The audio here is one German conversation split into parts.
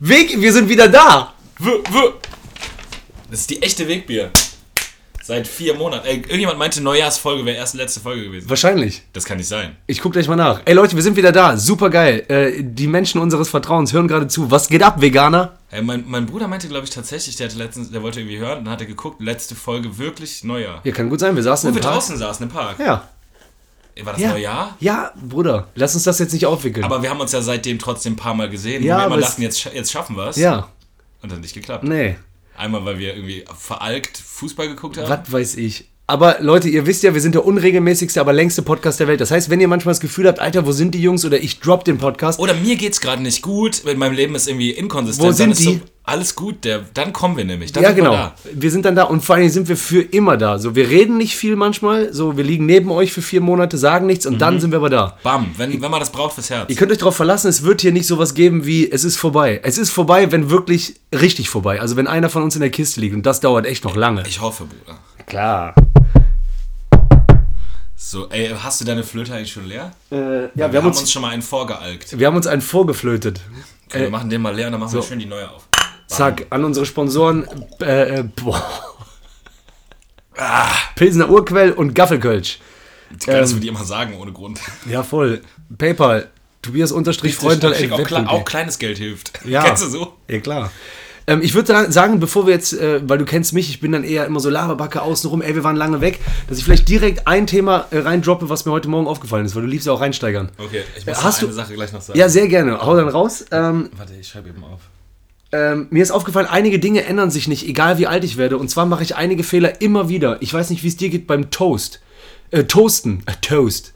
Weg, wir sind wieder da. W w das ist die echte Wegbier. Seit vier Monaten. Ey, irgendjemand meinte, Neujahrsfolge wäre erst letzte Folge gewesen. Wahrscheinlich. Das kann nicht sein. Ich guck gleich mal nach. Ey Leute, wir sind wieder da. Super geil. Äh, die Menschen unseres Vertrauens hören gerade zu. Was geht ab, Veganer? Ey, mein, mein Bruder meinte, glaube ich, tatsächlich, der, hatte letztens, der wollte irgendwie hören, dann hat er geguckt, letzte Folge wirklich Neujahr. Ja, kann gut sein. Wir saßen Wo wir im Park. draußen saßen im Park. Ja. Ey, War das Ja. Neujahr? Ja, Bruder. Lass uns das jetzt nicht aufwickeln. Aber wir haben uns ja seitdem trotzdem ein paar Mal gesehen. Ja, und wir aber immer es- dachten, jetzt, scha- jetzt schaffen wir es. ja. Und dann nicht geklappt. Nee. Einmal, weil wir irgendwie veralkt Fußball geguckt haben. Was weiß ich. Aber Leute, ihr wisst ja, wir sind der unregelmäßigste, aber längste Podcast der Welt. Das heißt, wenn ihr manchmal das Gefühl habt, Alter, wo sind die Jungs oder ich drop den Podcast. Oder mir geht's gerade nicht gut, in meinem Leben ist irgendwie inkonsistent. Wo sind dann ist die? So, alles gut, der, dann kommen wir nämlich. Dann ja, sind wir genau. da. Wir sind dann da und vor allen Dingen sind wir für immer da. So, wir reden nicht viel manchmal. So, wir liegen neben euch für vier Monate, sagen nichts Mhm. und dann sind wir aber da. Bam, wenn, wenn man das braucht fürs Herz. Ihr könnt euch darauf verlassen, es wird hier nicht sowas geben wie, es ist vorbei. Es ist vorbei, wenn wirklich richtig vorbei. Also wenn einer von uns in der Kiste liegt und das dauert echt noch lange. Ich hoffe, Bruder. Klar. So, ey, hast du deine Flöte eigentlich schon leer? Äh, ja, wir, haben uns, Äh, schon mal einen vorgealkt. wir haben uns einen vorgeflötet. Okay, wir machen den mal leer und dann machen wir schön die neue auf. Zack, an unsere Sponsoren. Äh, äh, boah. Ah, Pilsener Urquell und Gaffelkölsch. Ich Ähm, kann das mit dir immer sagen, ohne Grund. Ja, voll. Paypal. Tobias unterstrich Freudenthal. Schick, auch, at kle web.de. auch kleines Geld hilft. Ja. Kennst du so? Ja, klar. Ähm, ich würde sagen, bevor wir jetzt, äh, weil du kennst mich, ich bin dann eher immer so Laberbacke außenrum, ey, wir waren lange weg, dass ich vielleicht direkt ein Thema äh, reindroppe, was mir heute Morgen aufgefallen ist, weil du liebst ja auch reinsteigern. Okay, ich Äh, muss hast eine du- Sache gleich noch sagen. Ja, sehr gerne. Hau dann raus. Ähm, Warte, ich schreibe eben auf. ähm, mir ist aufgefallen, einige Dinge ändern sich nicht, egal wie alt ich werde. Und zwar mache ich einige Fehler immer wieder. Ich weiß nicht, wie es dir geht beim Toast. Äh, Toasten. Äh, Toast.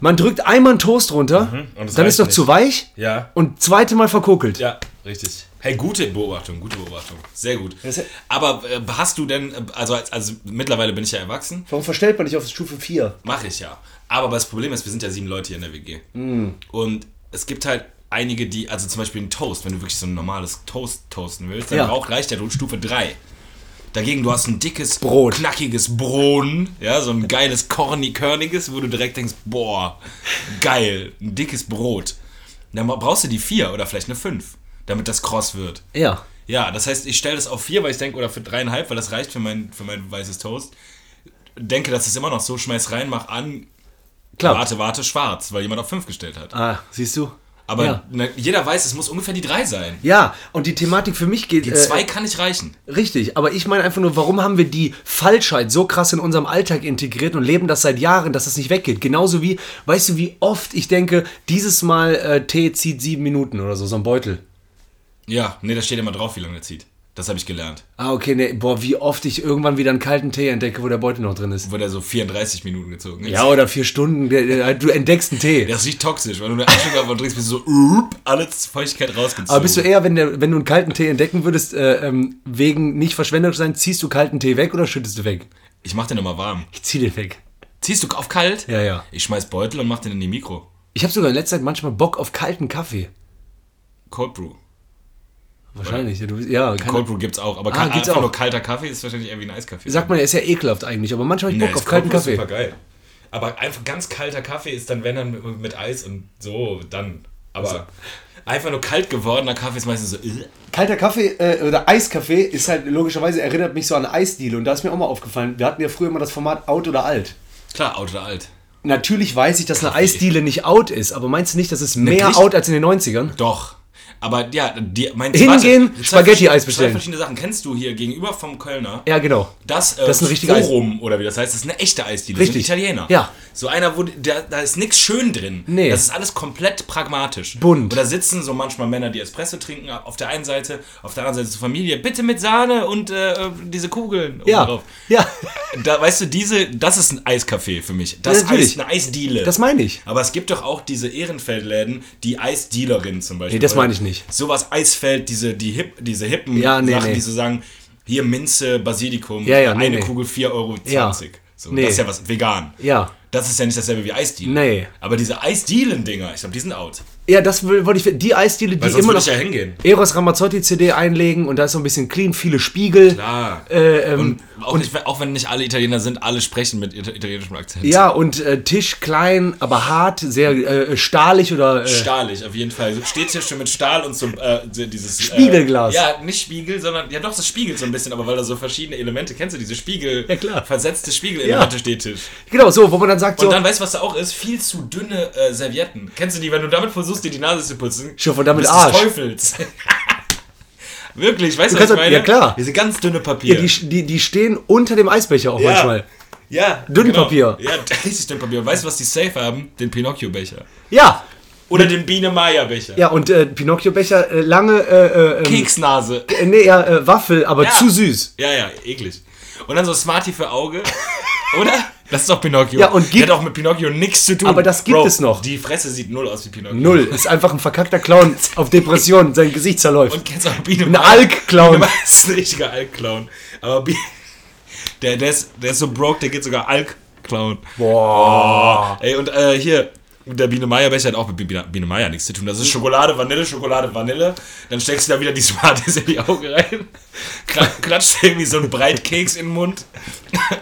Man drückt einmal einen Toast runter, Mhm, und es dann ist reicht doch nicht. zu weich Ja. und zweite Mal verkokelt. Ja, richtig. Hey, gute Beobachtung, gute Beobachtung. Sehr gut. Das- Aber äh, hast du denn, äh, also, als, also mittlerweile bin ich ja erwachsen, Warum verstellt man nicht auf Stufe 4? mache ich ja. Aber das Problem ist, wir sind ja sieben Leute hier in der WG. Mm. Und es gibt halt einige, die, also zum Beispiel ein Toast, wenn du wirklich so ein normales Toast toasten willst, dann Ja. braucht reicht ja Stufe 3. Dagegen, du hast ein dickes, Brot. knackiges Brot, ja, so ein geiles, korni körniges, wo du direkt denkst, boah, geil, ein dickes Brot. Dann brauchst du die 4 oder vielleicht eine 5, damit das kross wird. Ja. Ja, das heißt, ich stelle das auf vier, weil ich denke, oder für dreieinhalb, weil das reicht für mein, für mein weißes Toast. Denke, das ist immer noch so, schmeiß rein, mach an, Klar. warte, warte, schwarz, weil jemand auf fünf gestellt hat. Ah, siehst du? Aber Ja, na, jeder weiß, es muss ungefähr die drei sein. ja und die Thematik für mich geht. Die äh, zwei kann nicht reichen. Richtig, aber ich meine einfach nur, warum haben wir die Falschheit so krass in unserem Alltag integriert und leben das seit Jahren, dass das nicht weggeht? Genauso wie, weißt du, wie oft ich denke, dieses Mal äh, Tee zieht sieben Minuten oder so, so ein Beutel. Ja, nee, da steht immer drauf, wie lange der zieht. Das habe ich gelernt. Ah, okay, nee, boah, wie oft ich irgendwann wieder einen kalten Tee entdecke, wo der Beutel noch drin ist. Wo der so 34 Minuten gezogen ist. Ja, oder vier Stunden, der- der- äh, du entdeckst einen Tee. Das riecht toxisch, weil du eine Anstrengung davon trinkst, bist du so, upp, alle Feuchtigkeit rausgezogen. Aber bist du e- eher, wenn, der, wenn du einen kalten Tee entdecken würdest, äh, ähm, wegen nicht verschwenderisch sein, ziehst du kalten Tee weg oder schüttest du weg? Ich mach den nochmal warm. Ich zieh den weg. Ziehst du auf kalt? Ja, ja. Ich schmeiß Beutel und mach den in die Mikro. Ich habe sogar in letzter Zeit manchmal Bock auf kalten Kaffee. Cold Brew. Wahrscheinlich. Ja, du, bist- ja kann, Cold Brew gibt's auch, aber kal- Ah, gibt's einfach auch. nur kalter Kaffee ist wahrscheinlich eher wie ein Eiskaffee. sagt man, ja, ist ja ekelhaft eigentlich, aber manchmal hab ich Nee, Bock ist auf kalten Cold Brew Kaffee. Super geil. Aber einfach ganz kalter Kaffee ist dann, wenn dann mit, mit Eis und so, dann. Aber Also. einfach nur kalt gewordener Kaffee ist meistens so. äh. Kalter Kaffee äh, oder Eiskaffee ist halt logischerweise erinnert mich so an Eisdiele und da ist mir auch mal aufgefallen, wir hatten ja früher immer das Format out oder alt. Klar, out oder alt. Natürlich weiß ich, dass eine Eisdiele nicht out ist, aber meinst du nicht, dass es mehr Griech- out als in den 90ern? Doch. Aber ja, die, mein Hingehen, warte, zwei Spaghetti-Eis verschiedene- bestellen. Zwei verschiedene Sachen. Kennst du hier gegenüber vom Kölner? Ja, genau. Das, äh, Das ist ein richtiger Forum oder wie das heißt, das ist eine echte Eisdiele. Richtig. So ein Italiener. Ja. So einer, wo da, da ist nichts schön drin. Nee. Das ist alles komplett pragmatisch. Bunt. Und da sitzen so manchmal Männer, die Espresso trinken, auf der einen Seite, auf der anderen Seite zur Familie, bitte mit Sahne und äh, diese Kugeln oben Ja. drauf. Ja, Da, weißt du, diese, das ist ein Eiscafé für mich. Das Ja, natürlich. ist eine Eisdiele. das meine ich. Aber es gibt doch auch diese Ehrenfeldläden, die Eisdealerinnen zum Beispiel. Nee, das Oder meine ich nicht. Sowas Eisfeld, diese, die Hip, diese hippen Ja, nee, Sachen, nee. die so sagen, hier Minze, Basilikum, Ja, ja, nee, eine nee. Kugel 4,20 Euro. So, Ja. Das Nee. ist ja was, vegan. Ja. Das ist ja nicht dasselbe wie Eisdielen. Nee. Aber diese Eisdielen-Dinger, ich glaube, die sind out. Ja, das will- wollte ich. Die Eisdiele, die Weil sonst immer würde noch ich ja hingehen. Eros Ramazzotti CD einlegen und da ist so ein bisschen clean, viele Spiegel. Klar. Äh, ähm, und auch, nicht, auch wenn nicht alle Italiener sind, alle sprechen mit Ita- italienischem Akzent. ja, und äh, Tisch klein, aber hart, sehr äh, stahlig oder. Äh, Stahlig, auf jeden Fall. So Steht hier schon mit Stahl und so äh, so dieses. Spiegelglas. Äh, ja, nicht Spiegel, sondern. Ja, doch, das spiegelt so ein bisschen, aber weil da so verschiedene Elemente. Kennst du diese Spiegel. Ja, klar. Versetzte Spiegelelemente Ja. Stehtisch. genau, so, wo man dann sagt, Und so. dann weißt du, was da auch ist? Viel zu dünne äh, Servietten. Kennst du die, wenn du damit versuchst, dir die Nase zu putzen? Schon von damit bist Arsch. Des Teufels. Wirklich, weißt du, was kannst ich doch- meine? ja, klar. Diese ganz dünne Papier. die, die, die stehen unter dem Eisbecher auch manchmal. Ja. Dünnpapier. Genau. Ja, richtig Dünnpapier. Und weißt du, was die safe haben? Den Pinocchio-Becher. Ja, Oder den Biene-Meier-Becher. ja, und äh, Pinocchio-Becher, äh, lange, äh, äh, ähm, Keksnase. äh, nee, ja, äh, Waffel, aber Ja. zu süß. Ja, ja, eklig. Und dann so Smarty für Auge. Oder? Das ist doch Pinocchio. Ja, und Der gibt- hat auch mit Pinocchio nichts zu tun. Aber das gibt Bro, es noch. Die Fresse sieht null aus wie Pinocchio. Null. Ist einfach ein verkackter Clown auf Depression, sein Gesicht zerläuft. Und kennst du auch Biene Ein Alk-Clown. Das ist ein richtiger Alk-Clown. Aber Bi der, der, ist, der ist so broke, der geht sogar Alk-Clown. Boah. Ey, und äh, hier, der Biene Meier Becher hat auch mit Biene, Biene Meier nichts zu tun. Das ist Schokolade, Vanille, Schokolade, Vanille. Dann steckst du da wieder die Smarties in die Augen rein, kla- klatscht dir irgendwie so einen Breitkeks in den Mund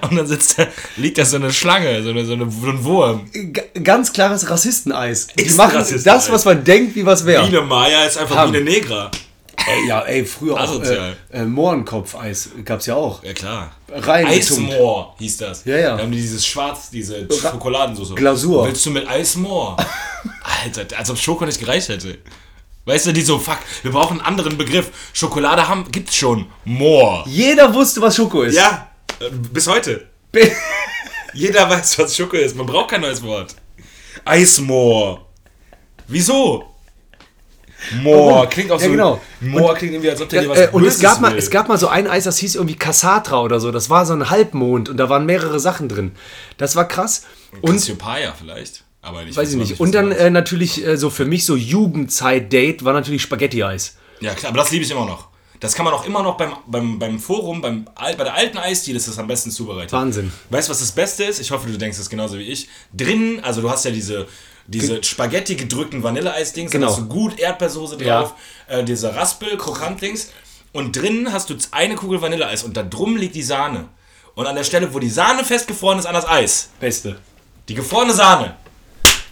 und dann sitzt da, liegt da so eine Schlange, so, eine, so, eine, so ein Wurm. G ganz klares Rassisteneis. Die Ist machen Rassisteneis. das, was man denkt, wie was wäre. Biene Meier ist einfach Ham. Biene Negra. Ey, ja, ey, früher auch äh, Asozial. äh, Mohrenkopfeis gab's ja auch. Ja, klar. Rein getunkt. Eismoor hieß das. Ja, ja. Da haben die dieses Schwarz, diese Schokoladensauce. Glasur. Willst du mit Eismoor? Alter, als ob Schoko nicht gereicht hätte. Weißt du, die so, fuck, wir brauchen einen anderen Begriff. Schokolade haben, gibt's schon. Moor. Jeder wusste, was Schoko ist. Ja, äh, bis heute. Jeder weiß, was Schoko ist. Man braucht kein neues Wort. Eismoor. Wieso? Moor Warum? klingt auch Ja, so. genau. Moor klingt irgendwie, als ob der dir was Äh, und es Böses gab, mal, will. es gab mal so ein Eis, das hieß irgendwie Cassatra oder so. Das war so ein Halbmond und da waren mehrere Sachen drin. Das war krass. Und Cassiopeia vielleicht. Aber nicht, weiß ich was nicht. man Und dann weiß. äh, natürlich äh, so für mich so Jugendzeit-Date war natürlich Spaghetti-Eis. Ja, klar, aber das liebe ich immer noch. Das kann man auch immer noch beim, beim, beim Forum, beim, al- bei der alten Eisdiele ist das am besten zubereitet. Wahnsinn. Weißt du, was das Beste ist? Ich hoffe, du denkst das genauso wie ich. Drinnen, also du hast ja diese, diese Spaghetti gedrückten Vanilleeis-Dings, Genau. genau. hast du gut Erdbeersoße drauf, äh, diese Raspel, Krokant-Dings. Und drinnen hast du z- eine Kugel Vanilleeis und da drum liegt die Sahne. Und an der Stelle, wo die Sahne festgefroren ist, an das Eis. Beste. Die gefrorene Sahne.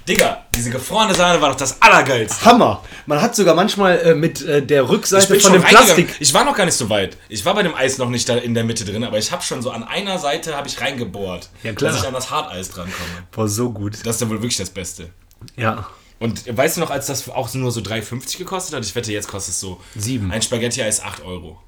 Digga, diese gefrorene Sahne war doch das Allergeilste. Hammer. Man hat sogar manchmal äh, mit äh, der Rückseite von dem reingegangen. Plastik. Ich war noch gar nicht so weit. Ich war bei dem Eis noch nicht da in der Mitte drin, aber ich habe schon so an einer Seite habe ich reingebohrt, Ja, klar. dass ich an das Harteis drankomme. War so gut. Das ist dann wohl wirklich das Beste. Ja. Und weißt du noch, als das auch nur so 3,50 gekostet hat? Ich wette, jetzt kostet es so Sieben. Ein Spaghetti-Eis 8 Euro.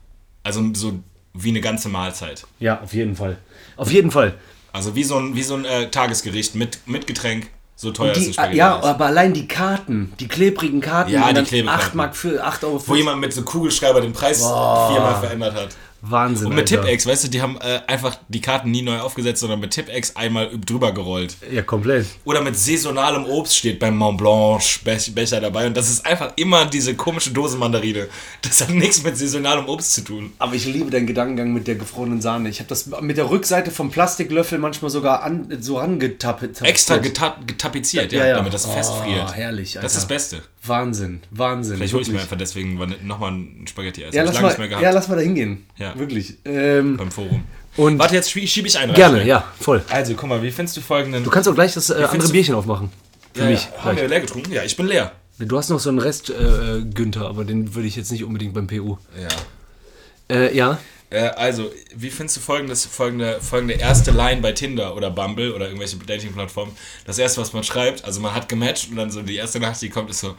Also so wie eine ganze Mahlzeit. Ja, auf jeden Fall. Auf jeden Fall. Also wie so ein, wie so ein äh, Tagesgericht mit, mit Getränk. So teuer ist Die, äh, ein Spaghetti-Eis. ja, aber allein die Karten, die klebrigen Karten, Ja, und die dann Klebekarten. 8 Mark für 8 Euro. Wo jemand mit so Kugelschreiber den Preis viermal verändert hat. Wahnsinn. Und mit Alter. Tipex, weißt du, die haben äh, einfach die Karten nie neu aufgesetzt, sondern mit Tipex einmal üb- drüber gerollt. Ja, komplett. Oder mit saisonalem Obst steht beim Mont Blanc Be- Becher dabei. Und das ist einfach immer diese komische Dose Mandarine. Das hat nichts mit saisonalem Obst zu tun. Aber ich liebe deinen Gedankengang mit der gefrorenen Sahne. Ich habe das mit der Rückseite vom Plastiklöffel manchmal sogar an, so rangetappt. Extra geta getapeziert, ja, Ja, ja. damit das Oh, festfriert. herrlich, Das ist das Alter. Beste. Wahnsinn, Wahnsinn. Vielleicht hole ich mir wirklich. einfach deswegen nochmal ein Spaghetti-Eis. ja, Hab lass ich lange nicht mehr mal, gehabt ja, lass mal da hingehen. Ja. Wirklich. Ähm, beim Forum. Und- Warte, jetzt schie- schiebe ich einen rein. gerne, ja, voll. Also, guck mal, wie findest du folgenden... Du kannst auch gleich das äh, andere findest du- Bierchen aufmachen. Für ja, mich. Ja. Haben wir leer getrunken? Ja, ich bin leer. Du hast noch so einen Rest, äh, äh, Günther, aber den würde ich jetzt nicht unbedingt beim PU. Ja. Äh, ja. Äh, also, wie findest du folgendes, folgende, folgende erste Line bei Tinder oder Bumble oder irgendwelche Dating-Plattformen? Das erste, was man schreibt, also man hat gematcht und dann so die erste Nacht, die kommt, ist so,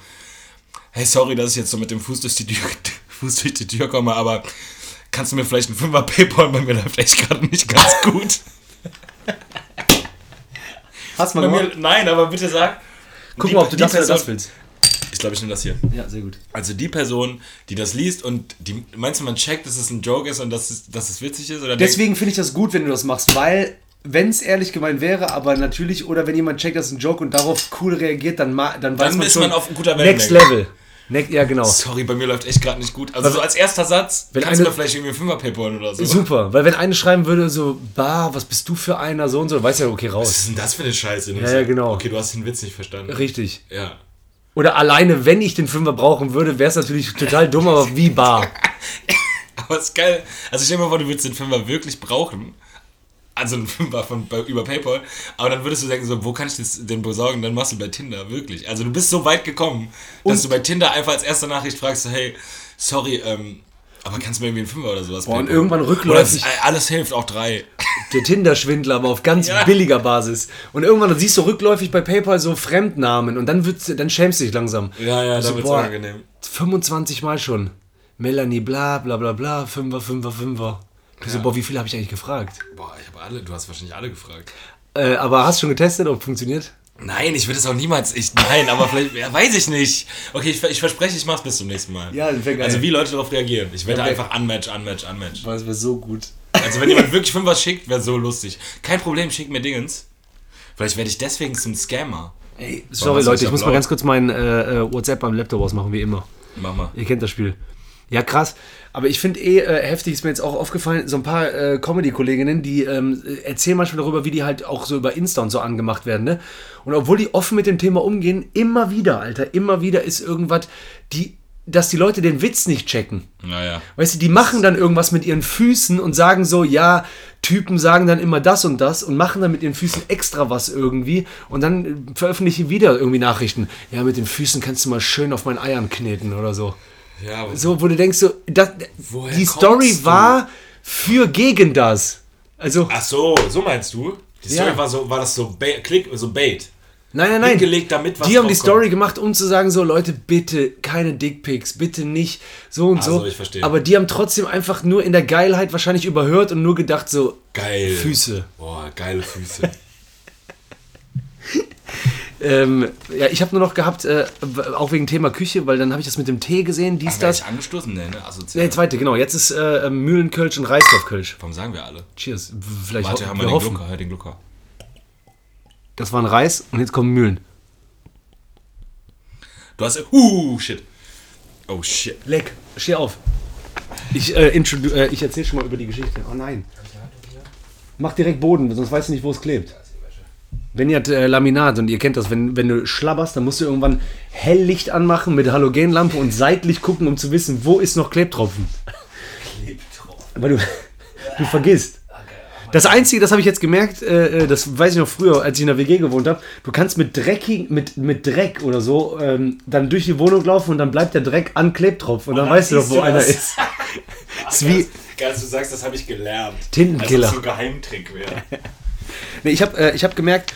hey, sorry, dass ich jetzt so mit dem Fuß durch die Tür, Fuß durch die Tür komme, aber kannst du mir vielleicht einen Fünfer Paypal, bei mir läuft echt gerade nicht ganz gut. Hast mal bei mir, nein, aber bitte sag. Guck die- mal, ob du die das oder Person- das willst. Ich glaube, ich nehme das hier. Ja, sehr gut. Also die Person, die das liest und die, meinst du, man checkt, dass es ein Joke ist und dass es, dass es witzig ist? Oder denkt- Deswegen finde ich das gut, wenn du das machst, weil, wenn es ehrlich gemeint wäre, aber natürlich, oder wenn jemand checkt, das ist ein Joke und darauf cool reagiert, dann, ma- dann weiß Dann man ist schon, man auf guter Next Wellenlänge. Level. Neck, ja, genau. Sorry, bei mir läuft echt gerade nicht gut. Also so als erster Satz Wenn kannst du eine- mir vielleicht irgendwie einen Fünfer paypalen oder so. Super, weil wenn eine schreiben würde, so, bah, was bist du für einer, so und so, weißt du ja, okay, Was raus. ist denn das für eine Scheiße? Und ich Ja, so, ja, genau. Okay, du hast den Witz nicht verstanden. Richtig. Ja. Oder alleine, wenn ich den Fünfer brauchen würde, wäre es natürlich total dumm, aber wie bar. Aber ist geil. Also stell dir mal vor, du würdest den Fünfer wirklich brauchen. Also einen Fünfer von, bei, über Paypal. Aber dann würdest du denken, so, wo kann ich das denn besorgen? Dann machst du bei Tinder, wirklich. Also du bist so weit gekommen, dass du bei Tinder einfach als erste Nachricht fragst, so, hey, sorry, ähm, aber kannst du mir irgendwie einen Fünfer oder sowas Boah, und paypalen? irgendwann Oder es, äh, rückläufig alles hilft, auch drei. der Tinder-Schwindler, aber auf ganz Ja. billiger Basis. Und irgendwann dann siehst du rückläufig bei PayPal so Fremdnamen und dann, wird's, dann schämst du dich langsam. Ja, ja, Also, da wird's boah, unangenehm. 25 Mal schon. Melanie, bla, bla, bla, bla, Fünfer, Fünfer, Fünfer. Du so, boah, wie viele habe ich eigentlich gefragt? Boah, ich habe alle, du hast wahrscheinlich alle gefragt. Äh, aber hast schon getestet, ob funktioniert? Nein, ich würde es auch niemals. Ich, nein, aber vielleicht. Ja, weiß ich nicht. Okay, ich, ver- ich verspreche, ich mach's bis zum nächsten Mal. Ja, das wär geil. Also, wie Leute darauf reagieren. Ich werde Ja, wär- einfach unmatch, unmatch, unmatch. Boah, das wäre so gut. Also, wenn jemand wirklich fünf was schickt, wäre so lustig. Kein Problem, schickt mir Dingens. Vielleicht werde ich deswegen zum Scammer. Ey, was sorry ist Leute, am ich muss mal Laut? ganz kurz mein äh, äh, WhatsApp am Laptop ausmachen, wie immer. Mach mal. Ihr kennt das Spiel. Ja, krass. Aber ich finde eh äh, heftig, ist mir jetzt auch aufgefallen, so ein paar äh, Comedy-Kolleginnen, die ähm, äh, erzählen manchmal darüber, wie die halt auch so über Insta und so angemacht werden, ne? Und obwohl die offen mit dem Thema umgehen, immer wieder, Alter, immer wieder ist irgendwas, die, dass die Leute den Witz nicht checken. Naja. Weißt du, die machen dann irgendwas mit ihren Füßen und sagen so, ja, Typen sagen dann immer das und das und machen dann mit ihren Füßen extra was irgendwie und dann veröffentlichen wieder irgendwie Nachrichten. Ja, mit den Füßen kannst du mal schön auf meinen Eiern kneten oder so. Ja, aber So, wo du denkst so, das, Woher die kommst Story du? war für gegen das. Also, Ach so, so meinst du? Die Story Ja. war, so, war das so, ba Klick, so Bait. nein, nein, nein. hingelegt, damit was die haben die rauskommt. Story gemacht, um zu sagen so, Leute, bitte keine Dickpics, bitte nicht so und so. so, Also, ich verstehe. Aber die haben trotzdem einfach nur in der Geilheit wahrscheinlich überhört und nur gedacht so, Geil. Füße. Boah, geile Füße. Ähm, ja, ich habe nur noch gehabt, äh, auch wegen Thema Küche, weil dann habe ich das mit dem Tee gesehen, dies, Ist das. das angestoßen? Nee, ne? Assoziiert. Nee, zweite, genau. Jetzt ist äh, Mühlenkölsch und Reisdorfkölsch. Warum sagen wir alle? Cheers. W- Vielleicht Warte, ho hör mal wir den hoffen. Glucker, hör den Glucker. Das waren Reis und jetzt kommen Mühlen. Du hast. Uh, shit. Oh, shit. Leck, steh auf. Ich, äh, introdu- äh, ich erzähle schon mal über die Geschichte. Oh nein. Mach direkt Boden, sonst weißt du nicht, wo es klebt. Wenn ihr äh, Laminat und ihr kennt das, wenn, wenn du schlabberst, dann musst du irgendwann Helllicht anmachen mit Halogenlampe und seitlich gucken, um zu wissen, wo ist noch Klebtropfen. Aber du, du vergisst. Das Einzige, das habe ich jetzt gemerkt, äh, äh, das weiß ich noch früher, als ich in der WG gewohnt habe, du kannst mit Dreckig, mit, mit Dreck oder so ähm, dann durch die Wohnung laufen und dann bleibt der Dreck an Klebtropf und dann, weißt du doch, siehst wo du einer das. ist. ist wie, Geil, dass du sagst, das habe ich gelernt. Tintenkiller. Als ob es so ein Geheimtrick wäre. nee, ich habe äh, ich hab gemerkt,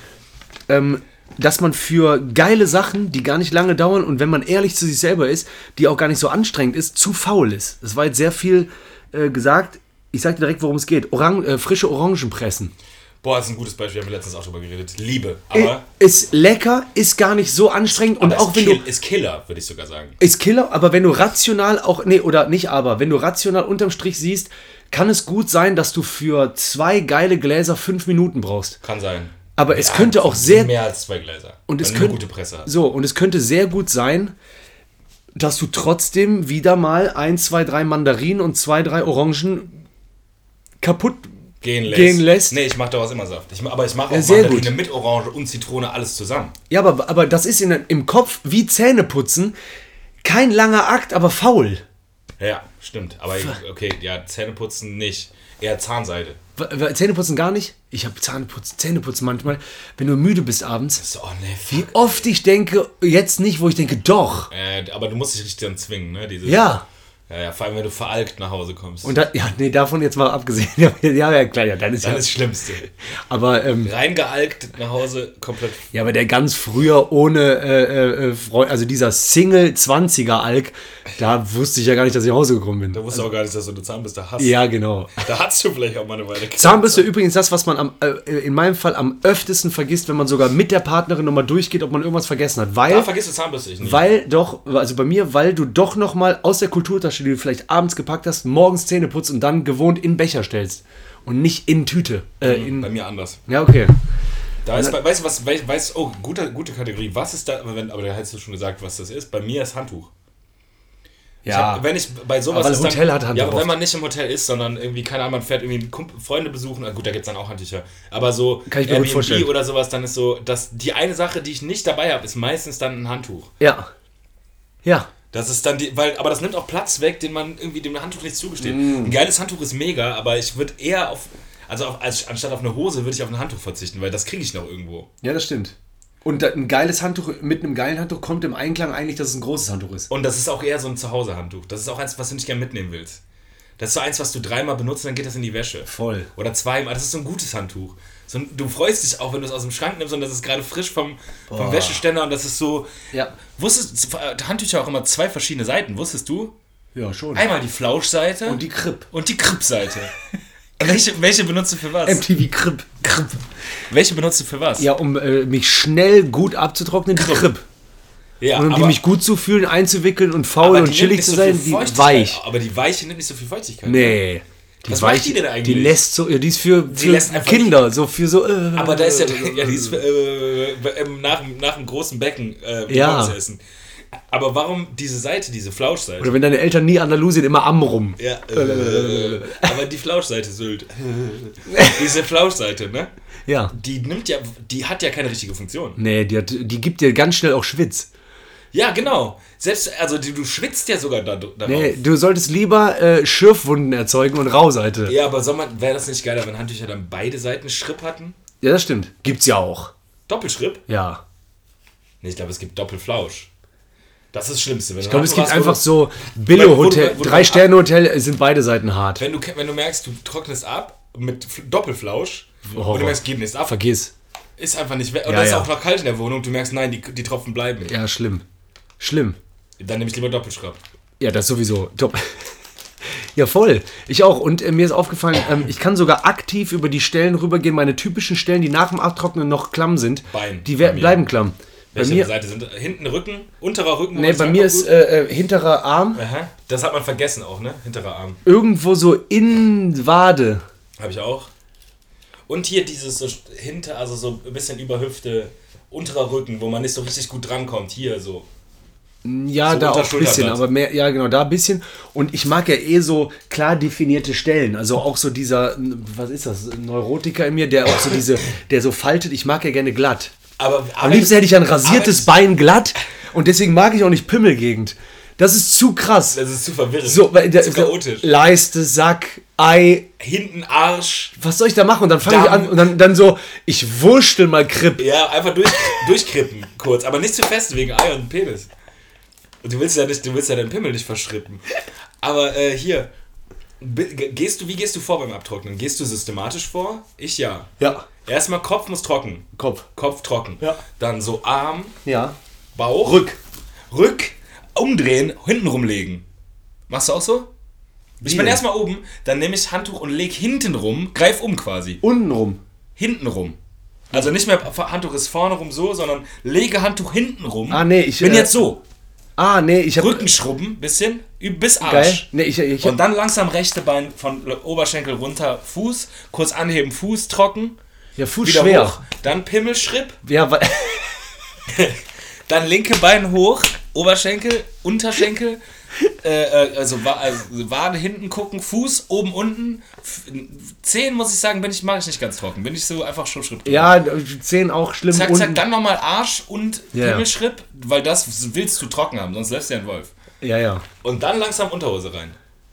ähm, dass man für geile Sachen, die gar nicht lange dauern und wenn man ehrlich zu sich selber ist, die auch gar nicht so anstrengend ist, zu faul ist. Das war jetzt sehr viel äh, gesagt. Ich sage dir direkt, worum es geht. Orang äh, frische Orangen pressen. Boah, das ist ein gutes Beispiel, haben wir letztens auch drüber geredet. Liebe. Aber Ist lecker, ist gar nicht so anstrengend und aber auch ist, wenn kill, du ist Killer, würde ich sogar sagen. ist Killer, aber wenn du rational auch nee oder nicht aber, wenn du rational unterm Strich siehst, kann es gut sein, dass du für zwei geile Gläser fünf Minuten brauchst. Kann sein. Aber es könnte auch sehr Mehr als zwei Gläser. und es Wenn du eine könnte gute Presse hast. so und es könnte sehr gut sein, dass du trotzdem wieder mal ein, zwei, drei Mandarinen und zwei, drei Orangen kaputt Gehen lässt. Gehen lässt. Nee, ich mache daraus immer Saft. Ich, mach- aber ich mache auch Ja, sehr Mandarine gut. mit Orange und Zitrone, alles zusammen. Ja, aber, aber das ist in, im Kopf wie Zähne putzen. Kein langer Akt, aber faul. Ja, stimmt. Aber ich, okay, ja, Zähneputzen nicht. Eher Zahnseide. W- w- Zähneputzen gar nicht? Ich habe Zahnputz, Zähneputzen manchmal, wenn du müde bist abends. So, oh nee, Wie fuck. oft ich denke, jetzt nicht, wo ich denke, doch. Äh, aber du musst dich richtig dann zwingen, ne? Dieses, Ja. ja. Ja, vor allem, wenn du veralkt nach Hause kommst. Und da, ja, nee, davon jetzt mal abgesehen. Ja, ja, klar, ja, dann ist das ja. ist das Schlimmste. Aber, ähm, Reingealkt nach Hause, komplett ja, aber der ganz früher ohne äh, äh, Freund, also dieser Single 20er Alk, da wusste ich ja gar nicht, dass ich nach Hause gekommen Da bin. wusste auch gar nicht, dass du eine Zahnbürste hast. Also- Ja, genau. Da hast du vielleicht auch mal eine Weile. Zahnbürste übrigens das, was man am, äh, in meinem Fall am öftesten vergisst, wenn man sogar mit der Partnerin nochmal durchgeht, ob man irgendwas vergessen hat. Weil. Da vergisst du Zahnbürste ich nicht. Weil doch, also bei mir, weil du doch nochmal aus der Kulturtasche, die du vielleicht abends gepackt hast, morgens Zähne putzt und dann gewohnt in Becher stellst. Und nicht in Tüte. Äh, in, bei mir anders. ja, okay. Da ist, bei- weißt du was, weißt, weißt, oh, gute, gute Kategorie. Was ist da, aber wenn, aber da hättest du schon gesagt, was das ist. Bei mir ist Handtuch. Ich hab, wenn ich bei sowas Aber ein ist dann- Hotel hat Handtücher Ja, aber oft. wenn man nicht im Hotel ist, sondern irgendwie, keine Ahnung, man fährt irgendwie einen Kumpel, Freunde besuchen, ah, gut, da gibt es dann auch Handtücher. Aber so Kann ich mir gut vorstellen. oder sowas, dann ist so, dass die eine Sache, die ich nicht dabei habe, ist meistens dann ein Handtuch. Ja. Ja. Das ist dann die, weil, aber das nimmt auch Platz weg, den man irgendwie dem Handtuch nicht zugesteht. Mm. Ein geiles Handtuch ist mega, aber ich würde eher auf, also auf, als, anstatt auf eine Hose würde ich auf ein Handtuch verzichten, weil das kriege ich noch irgendwo. Ja, das stimmt. Und da- ein geiles Handtuch mit einem geilen Handtuch kommt im Einklang eigentlich, dass es ein großes Handtuch ist. Und das ist auch eher so ein Zuhause-Handtuch. Das ist auch eins, was du nicht gerne mitnehmen willst. Das ist so eins, was du dreimal benutzt, dann geht das in die Wäsche. Voll. Oder zweimal. Das ist so ein gutes Handtuch. So ein, du freust dich auch, wenn du es aus dem Schrank nimmst und das ist gerade frisch vom, vom Wäscheständer und das ist so. Ja. Wusstest äh, Handtücher auch immer zwei verschiedene Seiten, wusstest du? Ja, schon. Einmal die Flauschseite Und um die Krip. und die Krippseite. welche, welche benutzt du für was? MTV Krip. Krip. welche benutzt du für was? Ja, um äh, mich schnell gut abzutrocknen, die Krip. Ja, Und um die aber- mich gut zu fühlen, einzuwickeln und aber faul die und nimmt chillig nicht zu so sein, viel die Feuchtigkeit. weich. Aber die weiche nimmt nicht so viel Feuchtigkeit. Nee. Die Was macht die denn eigentlich? Die lässt so, ja, die ist für, für lässt einfach Kinder, so für so. Äh, Aber da ist ja, ja die ist, äh, ähm, nach, dem- nach dem großen Becken äh, Ja. Pommes essen. Aber warum diese Seite, diese Flauschseite? Oder wenn deine Eltern nie Andalusien immer am rum. ja, äh, aber die Flauschseite Sylt. diese Flauschseite, ne? Ja. Die nimmt ja, die hat ja keine richtige Funktion. Nee, die, hat, die gibt dir ganz schnell auch Schwitz. Ja, genau. Selbst, also die, du schwitzt ja sogar da, darauf. Nee, du solltest lieber äh, Schürfwunden erzeugen und Rauseite. Ja. Ja, aber soll man, wäre das nicht geiler, wenn Handtücher dann beide Seiten Schripp hatten? das stimmt. Gibt's ja auch. Doppelschripp? Ja. Nee, ich glaube, es gibt Doppelflausch. Das ist das Schlimmste. Wenn Ich glaube, es gibt einfach so so. Wo- wo- Billo-Hotel, wo- wo- Drei-Sterne-Hotel, es sind beide Seiten hart. Wenn du, wenn du merkst, du trocknest ab mit F- Doppelflausch Horror. und du merkst, geht nichts ab, Vergiss. ist einfach nicht weg. Und Ja, da ist ja. auch noch kalt in der Wohnung, du merkst, nein, die, die Tropfen bleiben. Ja, schlimm. Schlimm. Dann nehme ich lieber Doppelschraub. Ja, das sowieso. Top. Ja, voll. Ich auch. Und äh, mir ist aufgefallen, ähm, ich kann sogar aktiv über die Stellen rübergehen, meine typischen Stellen, die nach dem Abtrocknen noch klamm sind. Bein. Die wer- Bei mir. bleiben klamm. Bei Welche mir, Seite sind hinten Rücken, unterer Rücken? wo nee, man's bei auch mir noch ist gut- äh, äh, hinterer Arm Aha. Das hat man vergessen auch, ne? Hinterer Arm. irgendwo so in Wade. Habe ich auch. Und hier dieses so hinter, also so ein bisschen über Hüfte, unterer Rücken, wo man nicht so richtig gut drankommt. Hier so. Ja, So halt. da unter auch ein bisschen, Schulterblatt. aber mehr, ja genau, da ein bisschen. Und ich mag ja eh so klar definierte Stellen. Also auch so dieser, was ist das, Neurotiker in mir, der auch so diese, der so faltet. Ich mag ja gerne glatt. Aber Am liebsten hätte ich ein rasiertes Bein glatt und deswegen mag ich auch nicht Pimmelgegend. Das ist zu krass. Das ist zu verwirrend. So, weil der, zu chaotisch. Leiste, Sack, Ei. Hinten Arsch. Was soll ich da machen? Und dann fange ich Damm. an und dann, dann so, ich wurschtel mal Kripp. Ja, einfach durch, durchkrippen kurz, aber nicht zu fest wegen Ei und Penis. Und du willst ja nicht, du willst ja deinen Pimmel nicht verschrippen. Aber äh, hier bi- ge- gehst du, wie gehst du vor beim Abtrocknen? Gehst du systematisch vor? Ich ja. Ja, Erstmal Kopf muss trocken. Kopf. Kopf trocken. Ja. Dann so Arm, Ja. Bauch. Rück. Rück, umdrehen, hinten rumlegen. Machst du auch so? Ich bin denn? erstmal oben, dann nehme ich Handtuch und leg hinten rum, greif um quasi. Untenrum. Hinten rum. Also nicht mehr Handtuch ist vorne rum so, sondern lege Handtuch hinten rum. Ah, nee, ich, bin äh, jetzt so. Ah, nee, ich hab. Rücken schrubben, bisschen, üb- bis Geil. Arsch. Nee, ich, ich Und dann langsam rechte Bein von Oberschenkel runter, Fuß, kurz anheben, Fuß trocken, Ja, Fuß wieder schwer. hoch, dann Pimmelschripp, Ja, weil. dann linke Bein hoch, Oberschenkel, Unterschenkel, äh, äh, also, Wa also Wade hinten gucken, Fuß oben unten, F- Zehen muss ich sagen, bin ich mache ich nicht ganz trocken, bin ich so einfach schon Schritt. Ja, 10 auch schlimm. Zack, unten. zack, dann nochmal Arsch und Ja. Pimmelschripp, weil das willst du trocken haben, sonst lässt du ja ein Wolf. Ja, ja. Und dann langsam Unterhose rein.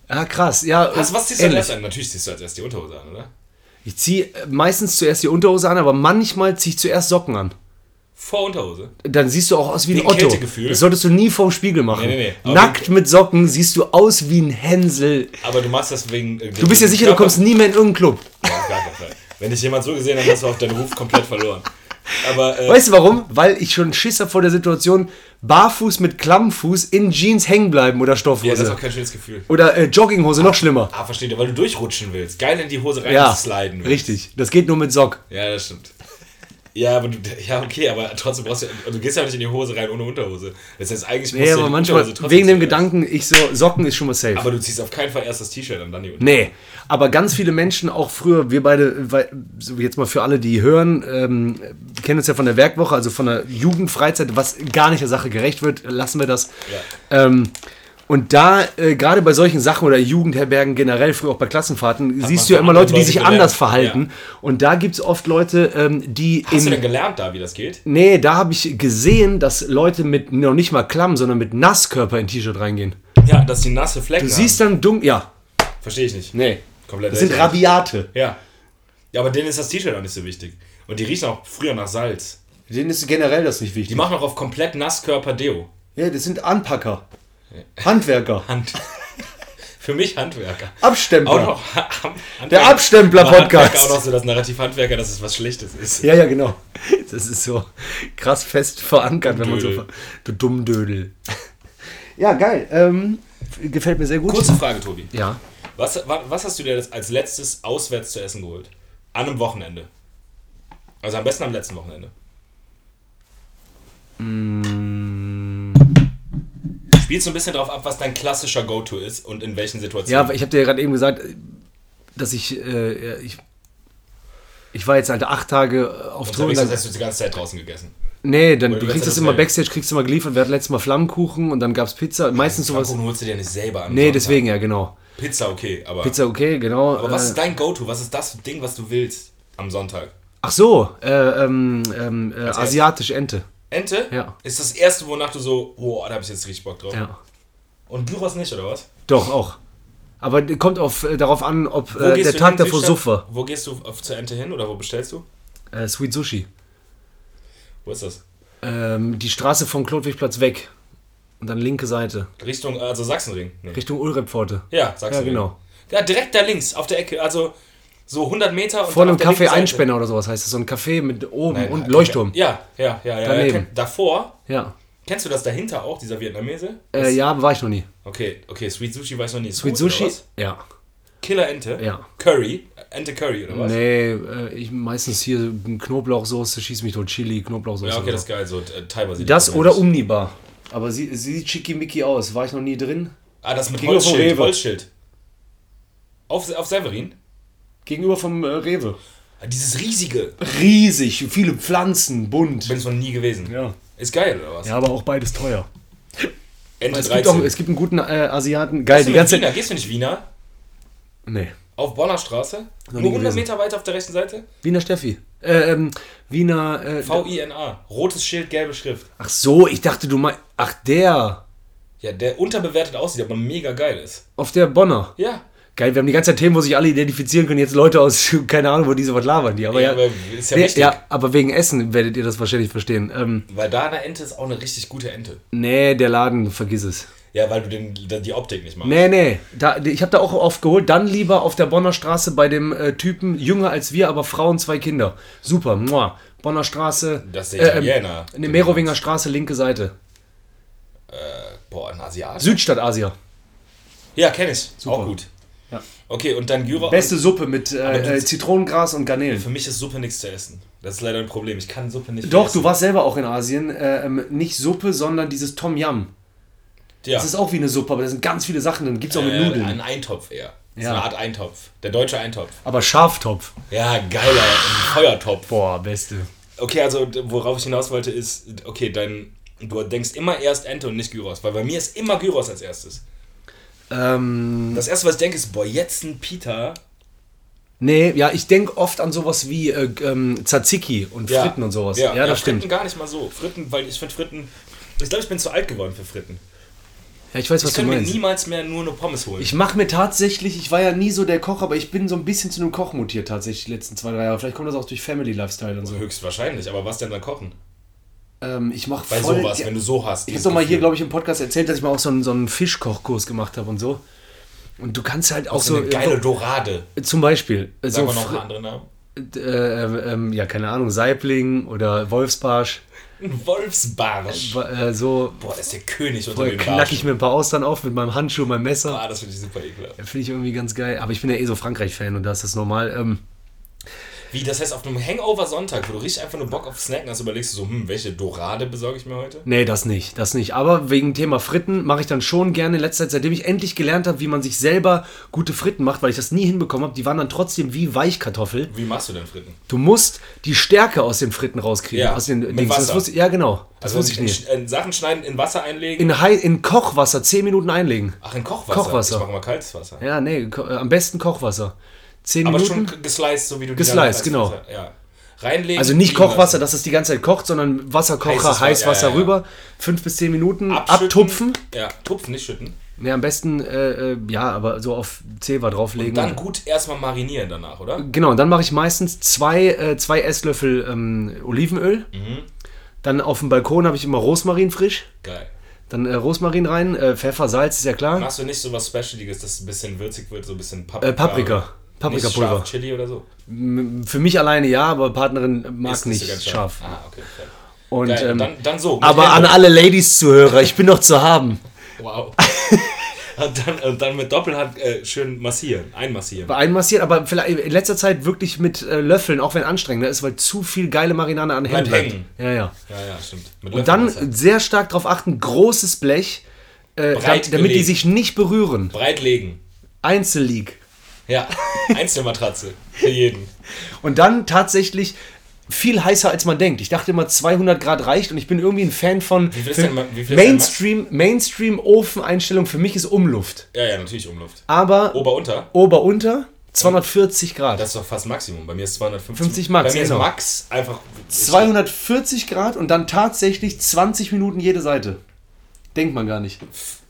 Ah, krass. Ja, Was, was ziehst du ähnlich. als an? Natürlich ziehst du als erst die Unterhose an, oder? Ich ziehe meistens zuerst die Unterhose an, aber manchmal ziehe ich zuerst Socken an. Vor Unterhose. Dann siehst du auch aus wie ein Wegen Otto. Kältegefühl. Das solltest du nie vorm Spiegel machen. Nee, nee, nee. Aber Nackt mit Socken siehst du aus wie ein Hänsel. Aber du machst das wegen. Du bist ja sicher, du kommst nie mehr in irgendeinen Club. Wenn dich jemand so gesehen hat, hast du auch deinen Ruf komplett verloren. Aber äh, Weißt du warum? Weil ich schon Schiss habe vor der Situation, barfuß mit Klammfuß in Jeans hängen bleiben oder ja, das ist Stoffhose. auch kein schönes Gefühl. oder äh, Jogginghose, noch schlimmer. Ah, verstehe, weil du durchrutschen willst. Geil in die Hose Ja, reinsliden willst. richtig. Das geht nur mit Sock. Ja, das stimmt. Ja, aber du, ja, okay, aber trotzdem brauchst du, du gehst ja nicht in die Hose rein ohne Unterhose. Das heißt, eigentlich musst Nee, du aber die manchmal, Unterhose trotzdem wegen dem ziehen lassen. Gedanken, ich so, Socken ist schon mal safe. Aber du ziehst auf keinen Fall erst das T-Shirt und dann die Unterhose. Nee, aber ganz viele Menschen, auch früher, wir beide, weil- so jetzt mal für alle, die hören, ähm, wir kennen uns ja von der Werkwoche, also von der Jugendfreizeit, was gar nicht der Sache gerecht wird, lassen wir das. Ähm, Und da, äh, gerade bei solchen Sachen oder Jugendherbergen generell, früher auch bei Klassenfahrten, siehst du ja von immer anderen Leute, die Leuten sich gelernt. anders verhalten. Und da gibt es oft Leute, ähm, die Hast du in. denn gelernt da, wie das geht? Nee, da habe ich gesehen, dass Leute mit noch nicht mal Klamm, sondern mit Nasskörper in T-Shirt reingehen. Ja, dass die nasse Flecken Du siehst dann dunkel. Ja, haben. Verstehe ich nicht. nee. Komplett Das sind lächerlich. Rabiate. Ja. Ja, aber denen ist das T-Shirt auch nicht so wichtig. Und die riechen auch früher nach Salz. Denen ist generell das nicht Die wichtig. machen auch auf komplett Nasskörper Deo. Ja, das sind Anpacker. Handwerker. Hand. Für mich Handwerker. Auch Abstempler. noch Handwerker. Ah, Der Abstempler-Podcast. Handwerker Auch noch so das Narrativ Handwerker, dass es was Schlechtes ist. Ja, ja, genau. Das ist so krass fest verankert, wenn man so. Dödel. ver- Du Dummdödel. Ja, geil. Ähm, gefällt mir sehr gut. Kurze Frage, Tobi. Ja. Was, wa- was hast du dir das als letztes auswärts zu essen geholt? An einem Wochenende. Also am besten am letzten Wochenende. Mm. Spielst du ein bisschen drauf ab, was dein klassischer Go-To ist und in welchen Ja, Situationen? aber ich habe dir ja gerade eben gesagt, dass ich, äh, ich. Ich war jetzt halt acht Tage auf Sonst Tour. hab und ich dann- das hast du die ganze Zeit draußen gegessen. Nee, dann Oder du du kriegst kannst das ja immer das Backstage, kriegst du immer geliefert. Wir hatten letztes Mal Flammkuchen und dann gab's Pizza. Meistens sowas. Kuchen holst du dir nicht selber an. Nee, Sonntag. deswegen ja, genau. Pizza okay, aber. Pizza okay, genau. aber was äh, ist dein Go-To? Was ist das Ding, was du willst am Sonntag? Ach so, äh, ähm, ähm, äh, asiatisch Ente. Ente Ja. ist das erste, wonach du so, oh, da hab ich jetzt richtig Bock drauf. Ja. Und Gyros nicht, oder was? Doch, auch. Aber d- kommt auf, äh, darauf an, ob Wo äh, gehst der du Tag hin, davor Südstadt? Suff war. Wo gehst du auf, zur Ente hin oder wo bestellst du? Äh, Sweet Sushi. Wo ist das? Ähm, die Straße vom Klotwigplatz weg. Und dann linke Seite. Richtung, also Sachsenring. Nee. Richtung Ulreppforte. Ja, Ja, Sachsenring. genau. Ja, direkt da links, auf der Ecke, also so 100 Meter. Und Vor einem dann auf der linken Café Seite. Einspänner oder sowas heißt das. So ein Café mit oben Nein, und nein, Leuchtturm. Ja, ja, ja. ja, ja Daneben. kenn, davor, Ja. kennst du das dahinter auch, dieser Vietnamese? Äh, ja, war ich noch nie. Okay, okay, Sweet Sushi weiß noch nie. Sweet Sushi. Ja. Killer Ente. Ja. Curry. Ente Curry, oder was? Nee, äh, ich meistens hier m, Knoblauchsoße, schieß mich tot, Chili, Knoblauchsoße. Ja, okay, oder das ist so. geil. So, äh, teilweise das oder um- Umnibar. Aber sie, sie sieht schickimicki aus. War ich noch nie drin? Ah, das mit Gegenüber vom Holzschild. Rewe. Holzschild. Auf, auf Severin? Gegenüber vom äh, Rewe. Ah, Dieses riesige. Riesig, viele Pflanzen, bunt. Bin ich noch nie gewesen. Ja. Ist geil, oder was? Ja, aber auch beides teuer. Ente Es gibt, 13. auch, es gibt einen guten äh, Asiaten. Geil, Gehst die du nicht ganze. Wiener? Gehst du nicht Wiener? Nee. Auf Bonner Straße? Noch Nur nie 100 gewesen. Meter weiter auf der rechten Seite? Wiener Steffi. Äh, ähm, Wiener. Äh, V-I-N-A. Rotes Schild, gelbe Schrift. ach so, ich dachte, du meinst. Ach, der. Ja, der unterbewertet aussieht, aber mega geil ist. Auf der Bonner. Ja. Geil, wir haben die ganze Zeit Themen, wo sich alle identifizieren können. Jetzt Leute aus, keine Ahnung, wo diese was labern die. Aber ja, aber ist ja Nee, wichtig. ja, aber wegen Essen werdet ihr das wahrscheinlich verstehen. Ähm, Weil da eine Ente ist auch eine richtig gute Ente. nee, der Laden, vergiss es. Ja, weil du den, die Optik nicht machst. Nee, nee, da, ich habe da auch oft geholt. Dann lieber auf der Bonner Straße bei dem äh, Typen, jünger als wir, aber Frauen, zwei Kinder. Super, mua. Bonner Straße. Das ist der Italiener. Äh, ne, Merowinger Straße, linke Seite. Boah, ein Asiat. Südstadt Asia. Ja, kenne ich. Auch gut. Ja. Okay, und dann Gyros. Beste Suppe mit du- äh, äh, Zitronengras und Garnelen. Für mich ist Suppe nichts zu essen. Das ist leider ein Problem. Ich kann Suppe nicht Doch, essen. du warst selber auch in Asien. Äh, ähm, nicht Suppe, sondern dieses Tom Yum. Ja. Das ist auch wie eine Suppe, aber da sind ganz viele Sachen. Dann gibt's auch mit äh, Nudeln. Ein Eintopf eher. Das Ja. ist eine Art Eintopf. Der deutsche Eintopf. Aber Schaftopf. Ja, geiler. Ein Feuertopf. Boah, beste. Okay, also d- worauf ich hinaus wollte ist, okay, dein, du denkst immer erst Ente und nicht Gyros, weil bei mir ist immer Gyros als erstes. Ähm, Das erste, was ich denke, ist, boah, jetzt ein Pita. Nee, ja, ich denke oft an sowas wie äh, ähm, Tzatziki und Fritten und sowas. Ja, das Fritten stimmt. gar nicht mal so. Fritten, weil ich finde Fritten, ich glaube, ich bin zu alt geworden für Fritten. Ja, ich weiß, was Ich du könnte mir meinst. niemals mehr nur eine Pommes holen. Ich mache mir tatsächlich, ich war ja nie so der Koch, aber ich bin so ein bisschen zu einem Koch mutiert tatsächlich die letzten zwei, drei Jahre. Vielleicht kommt das auch durch Family Lifestyle und so. Höchstwahrscheinlich, aber was denn dann kochen? Ähm, ich mache Bei voll... sowas, ge- wenn du so hast. ich habe dieses doch mal hier, Gefühl. glaube ich, im Podcast erzählt, dass ich mal auch so einen, so einen Fischkochkurs gemacht habe und so. Und du kannst halt auch So so... eine geile Dorade. Zum Beispiel. äh, Sag So mal noch ne? einen Fri- anderen Namen. äh, äh, ähm, ja, keine Ahnung, Saibling oder Wolfsbarsch. Ein Wolfsbarsch. Äh, so... Boah, das ist der König unter Voll den knack ich Barschen. mir ein paar Austern auf mit meinem Handschuh, meinem Messer. Ah, das finde ich super ekelhaft. Finde ich irgendwie ganz geil. Aber ich bin ja eh so Frankreich-Fan und da ist das normal. Ähm, Wie, das heißt, auf einem Hangover-Sonntag, wo du richtig einfach nur Bock auf Snacken hast, überlegst du so, hm, welche Dorade besorge ich mir heute? Nee, das nicht, das nicht. Aber wegen Thema Fritten mache ich dann schon gerne in letzter Zeit, seitdem ich endlich gelernt habe, wie man sich selber gute Fritten macht, weil ich das nie hinbekommen habe, die waren dann trotzdem wie Weichkartoffel. Wie machst du denn Fritten? Du musst die Stärke aus den Fritten rauskriegen. Ja, aus den mit Dings. Das Wasser. wusste, ja, genau. Das wusste ich Also in, nicht. in Sachen schneiden, in Wasser einlegen. In, Hei- in Kochwasser 10 Minuten einlegen. Ach, in Kochwasser. Kochwasser. Ich mache mal kaltes Wasser. Ja, nee, ko- äh, am besten Kochwasser. 10 Aber Minuten. schon k- gesliced, so wie du die Gesliced, dann- genau. Ja. Reinlegen. Also nicht liegen lassen. Kochwasser, dass es die ganze Zeit kocht, sondern Wasserkocher, Heißes Heißwasser Wasser, ja, ja, rüber, fünf bis zehn Minuten Abschütten. abtupfen. Ja, tupfen, nicht schütten. Ne, am besten, äh, äh, ja, aber so auf Zewa drauflegen. Dann gut erstmal marinieren danach, oder? genau, und dann mache ich meistens zwei, äh, zwei Esslöffel ähm, Olivenöl. Mhm. Dann auf dem Balkon habe ich immer Rosmarin frisch. Geil. Dann äh, Rosmarin rein, äh, Pfeffer, Salz ist ja klar. Machst du nicht so was Specialiges, das ein bisschen würzig wird, so ein bisschen Paprika. Äh, Paprika. Nicht Paprikapulver. scharf, Chili oder so. M- Für mich alleine ja, aber Partnerin mag Ist nicht so ganz scharf. Ah, okay. fair. Und, Geil. ähm, dann, dann so. mit aber an Hände. alle Ladies-Zuhörer, ich bin noch zu haben. Wow. und, dann, und dann mit Doppelhand äh, schön massieren, einmassieren. einmassiert, aber vielleicht in letzter Zeit wirklich mit äh, Löffeln, auch wenn anstrengender ist, weil zu viel geile Marinade an Händen Bleibt bleibt. hängen. Ja, ja. Ja, ja, stimmt. Mit Und dann Löffelmesser. sehr stark darauf achten, großes Blech, äh, Breit damit, damit die gelegt. sich nicht berühren. breit legen. Einzelleague. Ja, Einzelmatratze für jeden. Und dann tatsächlich viel heißer als man denkt. Ich dachte immer 200 Grad reicht und ich bin irgendwie ein Fan von viel ist denn ma- wie viel ist denn Mainstream Mainstream Ofeneinstellung für mich ist Umluft, Ja, ja, natürlich Umluft. aber Ober, unter. Ober unter 240 Grad. Das ist doch fast Maximum. Bei mir ist 250. 50 Max, Bei mir genau. ist Max einfach. 240 Grad und dann tatsächlich 20 Minuten jede Seite. Denkt man gar nicht.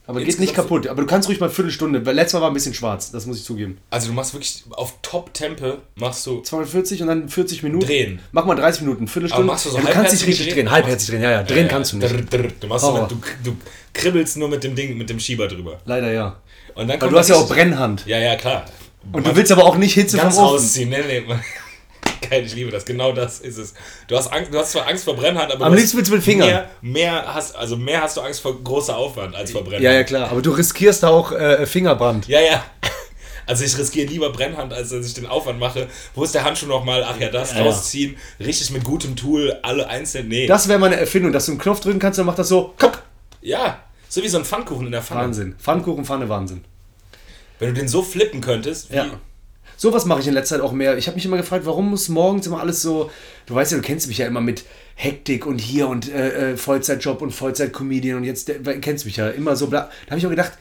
Aber geht Insgesamt nicht kaputt. Aber du kannst ruhig mal eine Viertelstunde. weil Letztes Mal war ein bisschen schwarz, das muss ich zugeben. Also du machst wirklich auf Top-Tempe machst du. 240 und dann 40 Minuten. Drehen. Mach mal 30 Minuten, Viertelstunde. Aber machst du so ja, du kannst dich halbherzig richtig drehen? drehen. Halbherzig drehen, ja, ja. Drehen Ja, kannst du ja, nicht. Oh. drrr, drrr. Du, machst so Horror. mit, du, du kribbelst nur mit dem Ding, mit dem Schieber drüber. Leider ja. Und dann Aber kommt du hast ja das auch richtig- Brennhand. Ja, ja, klar. Und du willst aber auch nicht Hitze ganz vom Ofen. rausziehen. Nee, nee. man- Geil, ich liebe das. Genau das ist es. Du hast, Angst, du hast zwar Angst vor Brennhand, aber Am du hast liebsten willst du mit Fingern. Mehr, mehr, hast, also mehr hast du Angst vor großer Aufwand als vor Brennhand. Ja, ja, klar. Aber du riskierst da auch äh, Fingerbrand. Ja, ja. Also ich riskiere lieber Brennhand, als dass ich den Aufwand mache. Wo ist der Handschuh nochmal? Ach ja, das Ja, ja. rausziehen. Richtig mit gutem Tool, alle einzeln. Nee. Das wäre meine Erfindung, dass du einen Knopf drücken kannst und dann macht das so. Kopp. Ja. So wie so ein Pfannkuchen in der Pfanne. Wahnsinn. Pfannkuchen, Pfanne, Wahnsinn. Wenn du den so flippen könntest, wie Ja. Sowas mache ich in letzter Zeit auch mehr. Ich habe mich immer gefragt, warum muss morgens immer alles so. Du weißt ja, du kennst mich ja immer mit Hektik und hier und äh, äh, Vollzeitjob und Vollzeitcomedian und jetzt der, weil- kennst mich ja immer so. Bla. Da habe ich mir gedacht,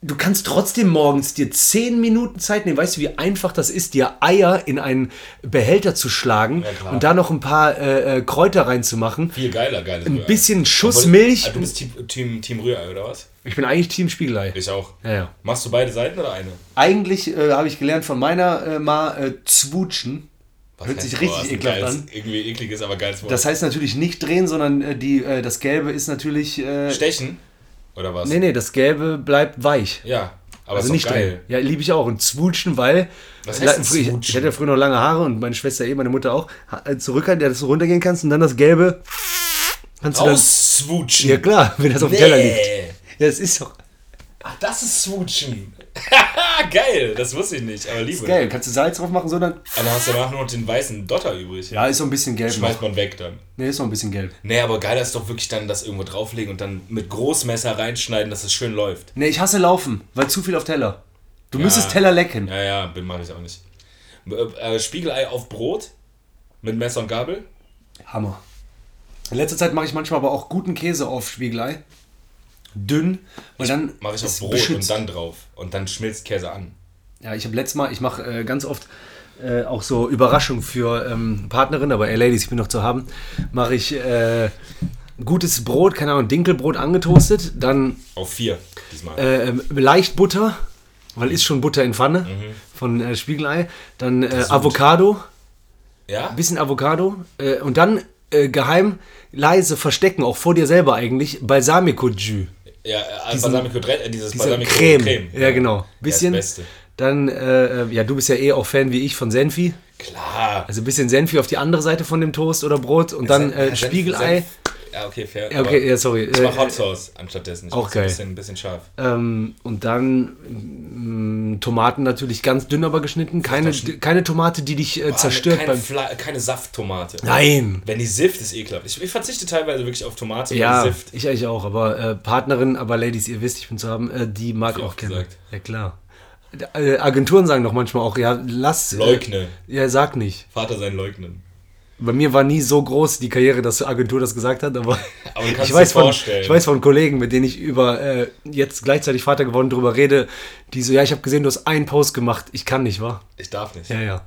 du kannst trotzdem morgens dir 10 Minuten Zeit nehmen. Weißt du, wie einfach das ist, dir Eier in einen Behälter zu schlagen Ja, klar. und da noch ein paar äh, äh, Kräuter reinzumachen. viel geiler, geiles Ein bisschen Schuss Milch. du bist Team, Team, Team Rührei, oder was? Ich bin eigentlich Team Spiegelei. Ich auch. Ja, ja. Machst du beide Seiten oder eine? Eigentlich äh, habe ich gelernt von meiner äh, Ma äh, zwutschen. Was Hört heißt- sich boah, ist richtig ein ekelhaft geiles- an. Irgendwie ekliges, aber geiles Wort. Das heißt natürlich nicht drehen, sondern äh, die, äh, das Gelbe ist natürlich. Äh, Stechen? Oder was? nee, nee, das Gelbe bleibt weich. Ja, aber Also ist nicht nicht geil. drehen. Ja, liebe ich auch. Und zwutschen, weil. Was heißt denn früher- ich, ich zwutschen? hatte ja früher noch lange Haare und meine Schwester eh, meine Mutter auch. Ha- äh, Zurückhalten, ja, dass du runtergehen kannst und dann das Gelbe. Kannst du dann. Ausswutschen. Ja, klar, wenn das auf dem Teller liegt. Ja, es ist doch. Ach, das ist Swutschen. geil, das wusste ich nicht, aber liebe. Geil, kannst du Salz drauf machen, sondern. Aber dann hast du danach nur noch den weißen Dotter übrig. Ja, ist so ein bisschen gelb. noch. Schmeißt man weg dann. Nee, ist noch ein bisschen gelb. Nee, aber geiler ist doch wirklich dann das irgendwo drauflegen und dann mit Großmesser reinschneiden, dass es schön läuft. Nee, ich hasse Laufen, weil zu viel auf Teller. Du müsstest Ja. Teller lecken. Ja, ja, bin mache ich auch nicht. Äh, äh, Spiegelei auf Brot mit Messer und Gabel. Hammer. In letzter Zeit mache ich manchmal aber auch guten Käse auf Spiegelei. Dünn. Weil dann Mache ich auf ist Brot beschützt. und dann drauf. Und dann schmilzt Käse an. Ja, ich habe letztes Mal, ich mache äh, ganz oft äh, auch so Überraschungen für ähm, Partnerin, aber ey Ladies, ich bin noch zu haben, mache ich äh, gutes Brot, keine Ahnung, Dinkelbrot angetoastet, dann Auf vier diesmal. äh, ähm, leicht Butter, weil ist schon Butter in Pfanne Mhm. von äh, Spiegelei, dann äh, Avocado, ja? bisschen Avocado äh, und dann äh, geheim leise verstecken, auch vor dir selber eigentlich, Balsamico-Jus. Ja, äh, Balsamico, Dre- äh, dieses Diese Balsamico Creme. Ja, genau. Bisschen. Bisschen. Ja, das Beste. Dann, äh, äh, ja, du bist ja eh auch Fan wie ich von Senfi. Klar. Also ein bisschen Senfi auf die andere Seite von dem Toast oder Brot und dann Senf- äh, Senf- Spiegelei. Senf- Ja, okay, fair. Ja, okay, ja, sorry. Ich mach Äh, Hot Sauce anstattdessen. Ich Auch mach's ein geil. Bisschen, ein bisschen scharf. ähm, und dann mm, ähm, Tomaten natürlich ganz dünn aber geschnitten. Keine, keine Tomate, die dich äh, zerstört keine, beim. Fla keine Safttomate. Nein! Wenn die Sift ist ekelhaft. Ich, ich verzichte teilweise wirklich auf Tomate Ja, und Äh, Sift. ich eigentlich auch, aber äh, Partnerin, aber Ladies, ihr wisst, ich bin zu haben, äh, die mag Wie auch oft gerne. gesagt. Ja, klar. Äh, Agenturen sagen doch manchmal auch, ja, lass. Leugne. Äh, ja, sag nicht. Vater sein leugnen. Bei mir war nie so groß die Karriere, dass die Agentur das gesagt hat, aber, Aber du kannst ich, dir weiß von, vorstellen. ich weiß von Kollegen, mit denen ich über äh, jetzt gleichzeitig Vater geworden drüber rede, die so, ja, ich habe gesehen, du hast einen Post gemacht, ich kann nicht, wa? Ich darf nicht. Ja, ja.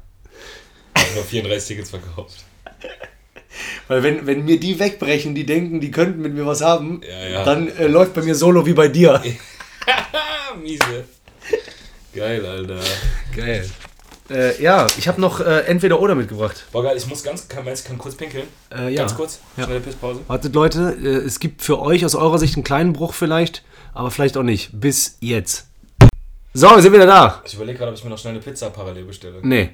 Ich habe nur 34 Tickets verkauft. Weil wenn, wenn mir die wegbrechen, die denken, die könnten mit mir was haben, Ja, ja. dann äh, läuft bei mir Solo wie bei dir. Ah, miese. Geil, Alter. Geil. Äh, ja, ich habe noch äh, entweder oder mitgebracht. Boah, geil, ich muss ganz, kann, meinst du, ich kann kurz pinkeln? Äh, ja. Ganz kurz, Ja. schnelle Pisspause. Wartet Leute, äh, es gibt für euch aus eurer Sicht einen kleinen Bruch vielleicht, aber vielleicht auch nicht. Bis jetzt. So, wir sind wieder da. Ich überlege gerade, ob ich mir noch schnell eine Pizza parallel bestelle. Nee.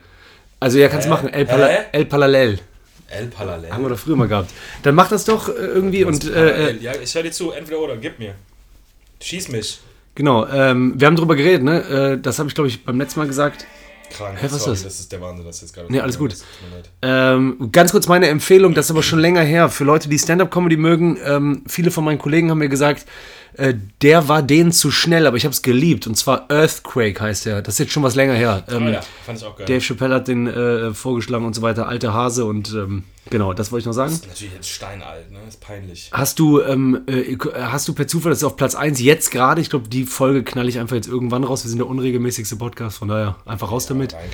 Also ja, kannst Hä? machen. El, Pala Hä? El Palalel. El Palalel. Haben wir doch früher mal gehabt. Dann macht das doch äh, irgendwie und äh, äh, ja, ich höre dir zu, entweder oder, gib mir. Schieß mich. genau, ähm, wir haben drüber geredet, ne? Äh, das habe ich, glaube ich, beim letzten Mal gesagt. Krank. Hä, was ist Sorry, das? Das ist der Wahnsinn, das jetzt gerade. Nee, alles gut. Das tut mir leid. Ähm, ganz kurz meine Empfehlung, das ist aber schon länger her. Für Leute, die Stand-Up-Comedy mögen, ähm, viele von meinen Kollegen haben mir gesagt, äh, der war denen zu schnell, aber ich habe es geliebt. Und zwar Earthquake heißt er. Das ist jetzt schon was länger her. Ähm, Ah, ja, fand ich auch geil. Dave Chappelle hat den äh, vorgeschlagen und so weiter. Alter Hase und ähm, genau, das wollte ich noch sagen. ist natürlich jetzt steinalt, ne? Ist peinlich. Hast du, ähm, äh, hast du per Zufall, das ist auf Platz 1 jetzt gerade, ich glaube, die Folge knall ich einfach jetzt irgendwann raus. Wir sind der unregelmäßigste Podcast, von daher einfach raus damit. Nein,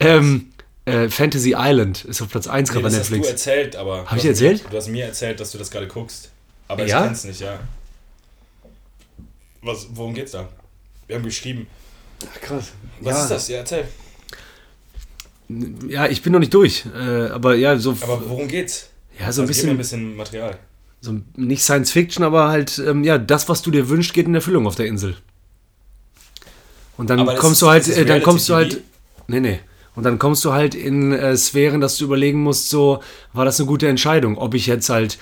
kleine. Ähm, äh, Fantasy Island ist auf Platz 1 gerade Nee, bei das hast du Netflix. erzählt, aber. Hab ich erzählt? Mir, du hast mir erzählt, dass du das gerade guckst. Aber Ja? ich kenn's nicht, ja. Was, worum geht's da? Wir haben geschrieben. Krass. Was ja. ist das? Ja, erzähl. Ja, ich bin noch nicht durch. Äh, aber ja, so, Aber worum geht's? ja, so Also ein gib mir ein bisschen, bisschen Material. so ein- nicht Science Fiction, aber halt, ähm, ja, das, was du dir wünschst, geht in Erfüllung auf der Insel. Und dann Aber das kommst ist- du halt, ist das äh, dann kommst du Reality halt, nee, nee. Und dann kommst du halt in äh, Sphären, dass du überlegen musst, so, war das eine gute Entscheidung? Ob ich jetzt halt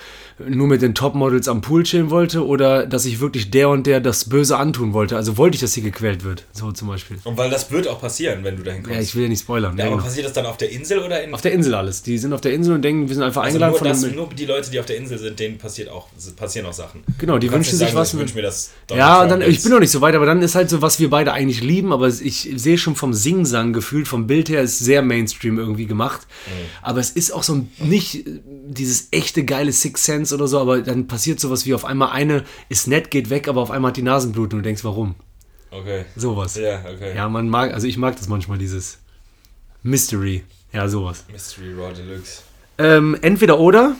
nur mit den Topmodels am Pool chillen wollte oder dass ich wirklich der und der das Böse antun wollte? Also wollte ich, dass sie gequält wird, so zum Beispiel. Und weil das wird auch passieren, wenn du dahin kommst. Ja, ich will ja nicht spoilern. Ja, Ja, aber genau. passiert das dann auf der Insel oder in. Auf der Insel alles. Die sind auf der Insel und denken, wir sind einfach eingeladen Also nur, das, von den nur die Leute, die auf der Insel sind, denen passiert auch, passieren auch Sachen. Genau, die Du kannst wünschen nicht sich sagen, was. Ich wünsche mir das. ja, und Donald dann, Trump ich bin noch nicht so weit, aber dann ist halt so, was wir beide eigentlich lieben, aber ich sehe schon vom Singsang gefühlt, vom Bild her ist sehr Mainstream irgendwie gemacht. Aber es ist auch so ein- nicht äh, dieses echte geile Six Sense oder so, aber dann passiert sowas wie auf einmal eine ist nett, geht weg, aber auf einmal hat die Nasenbluten und du denkst, warum? jetzt. Okay. Sowas. Ja. Ja, okay. man mag, also ich mag das manchmal, dieses Mystery. Ja, sowas. Mystery Raw Deluxe. Ähm, entweder oder.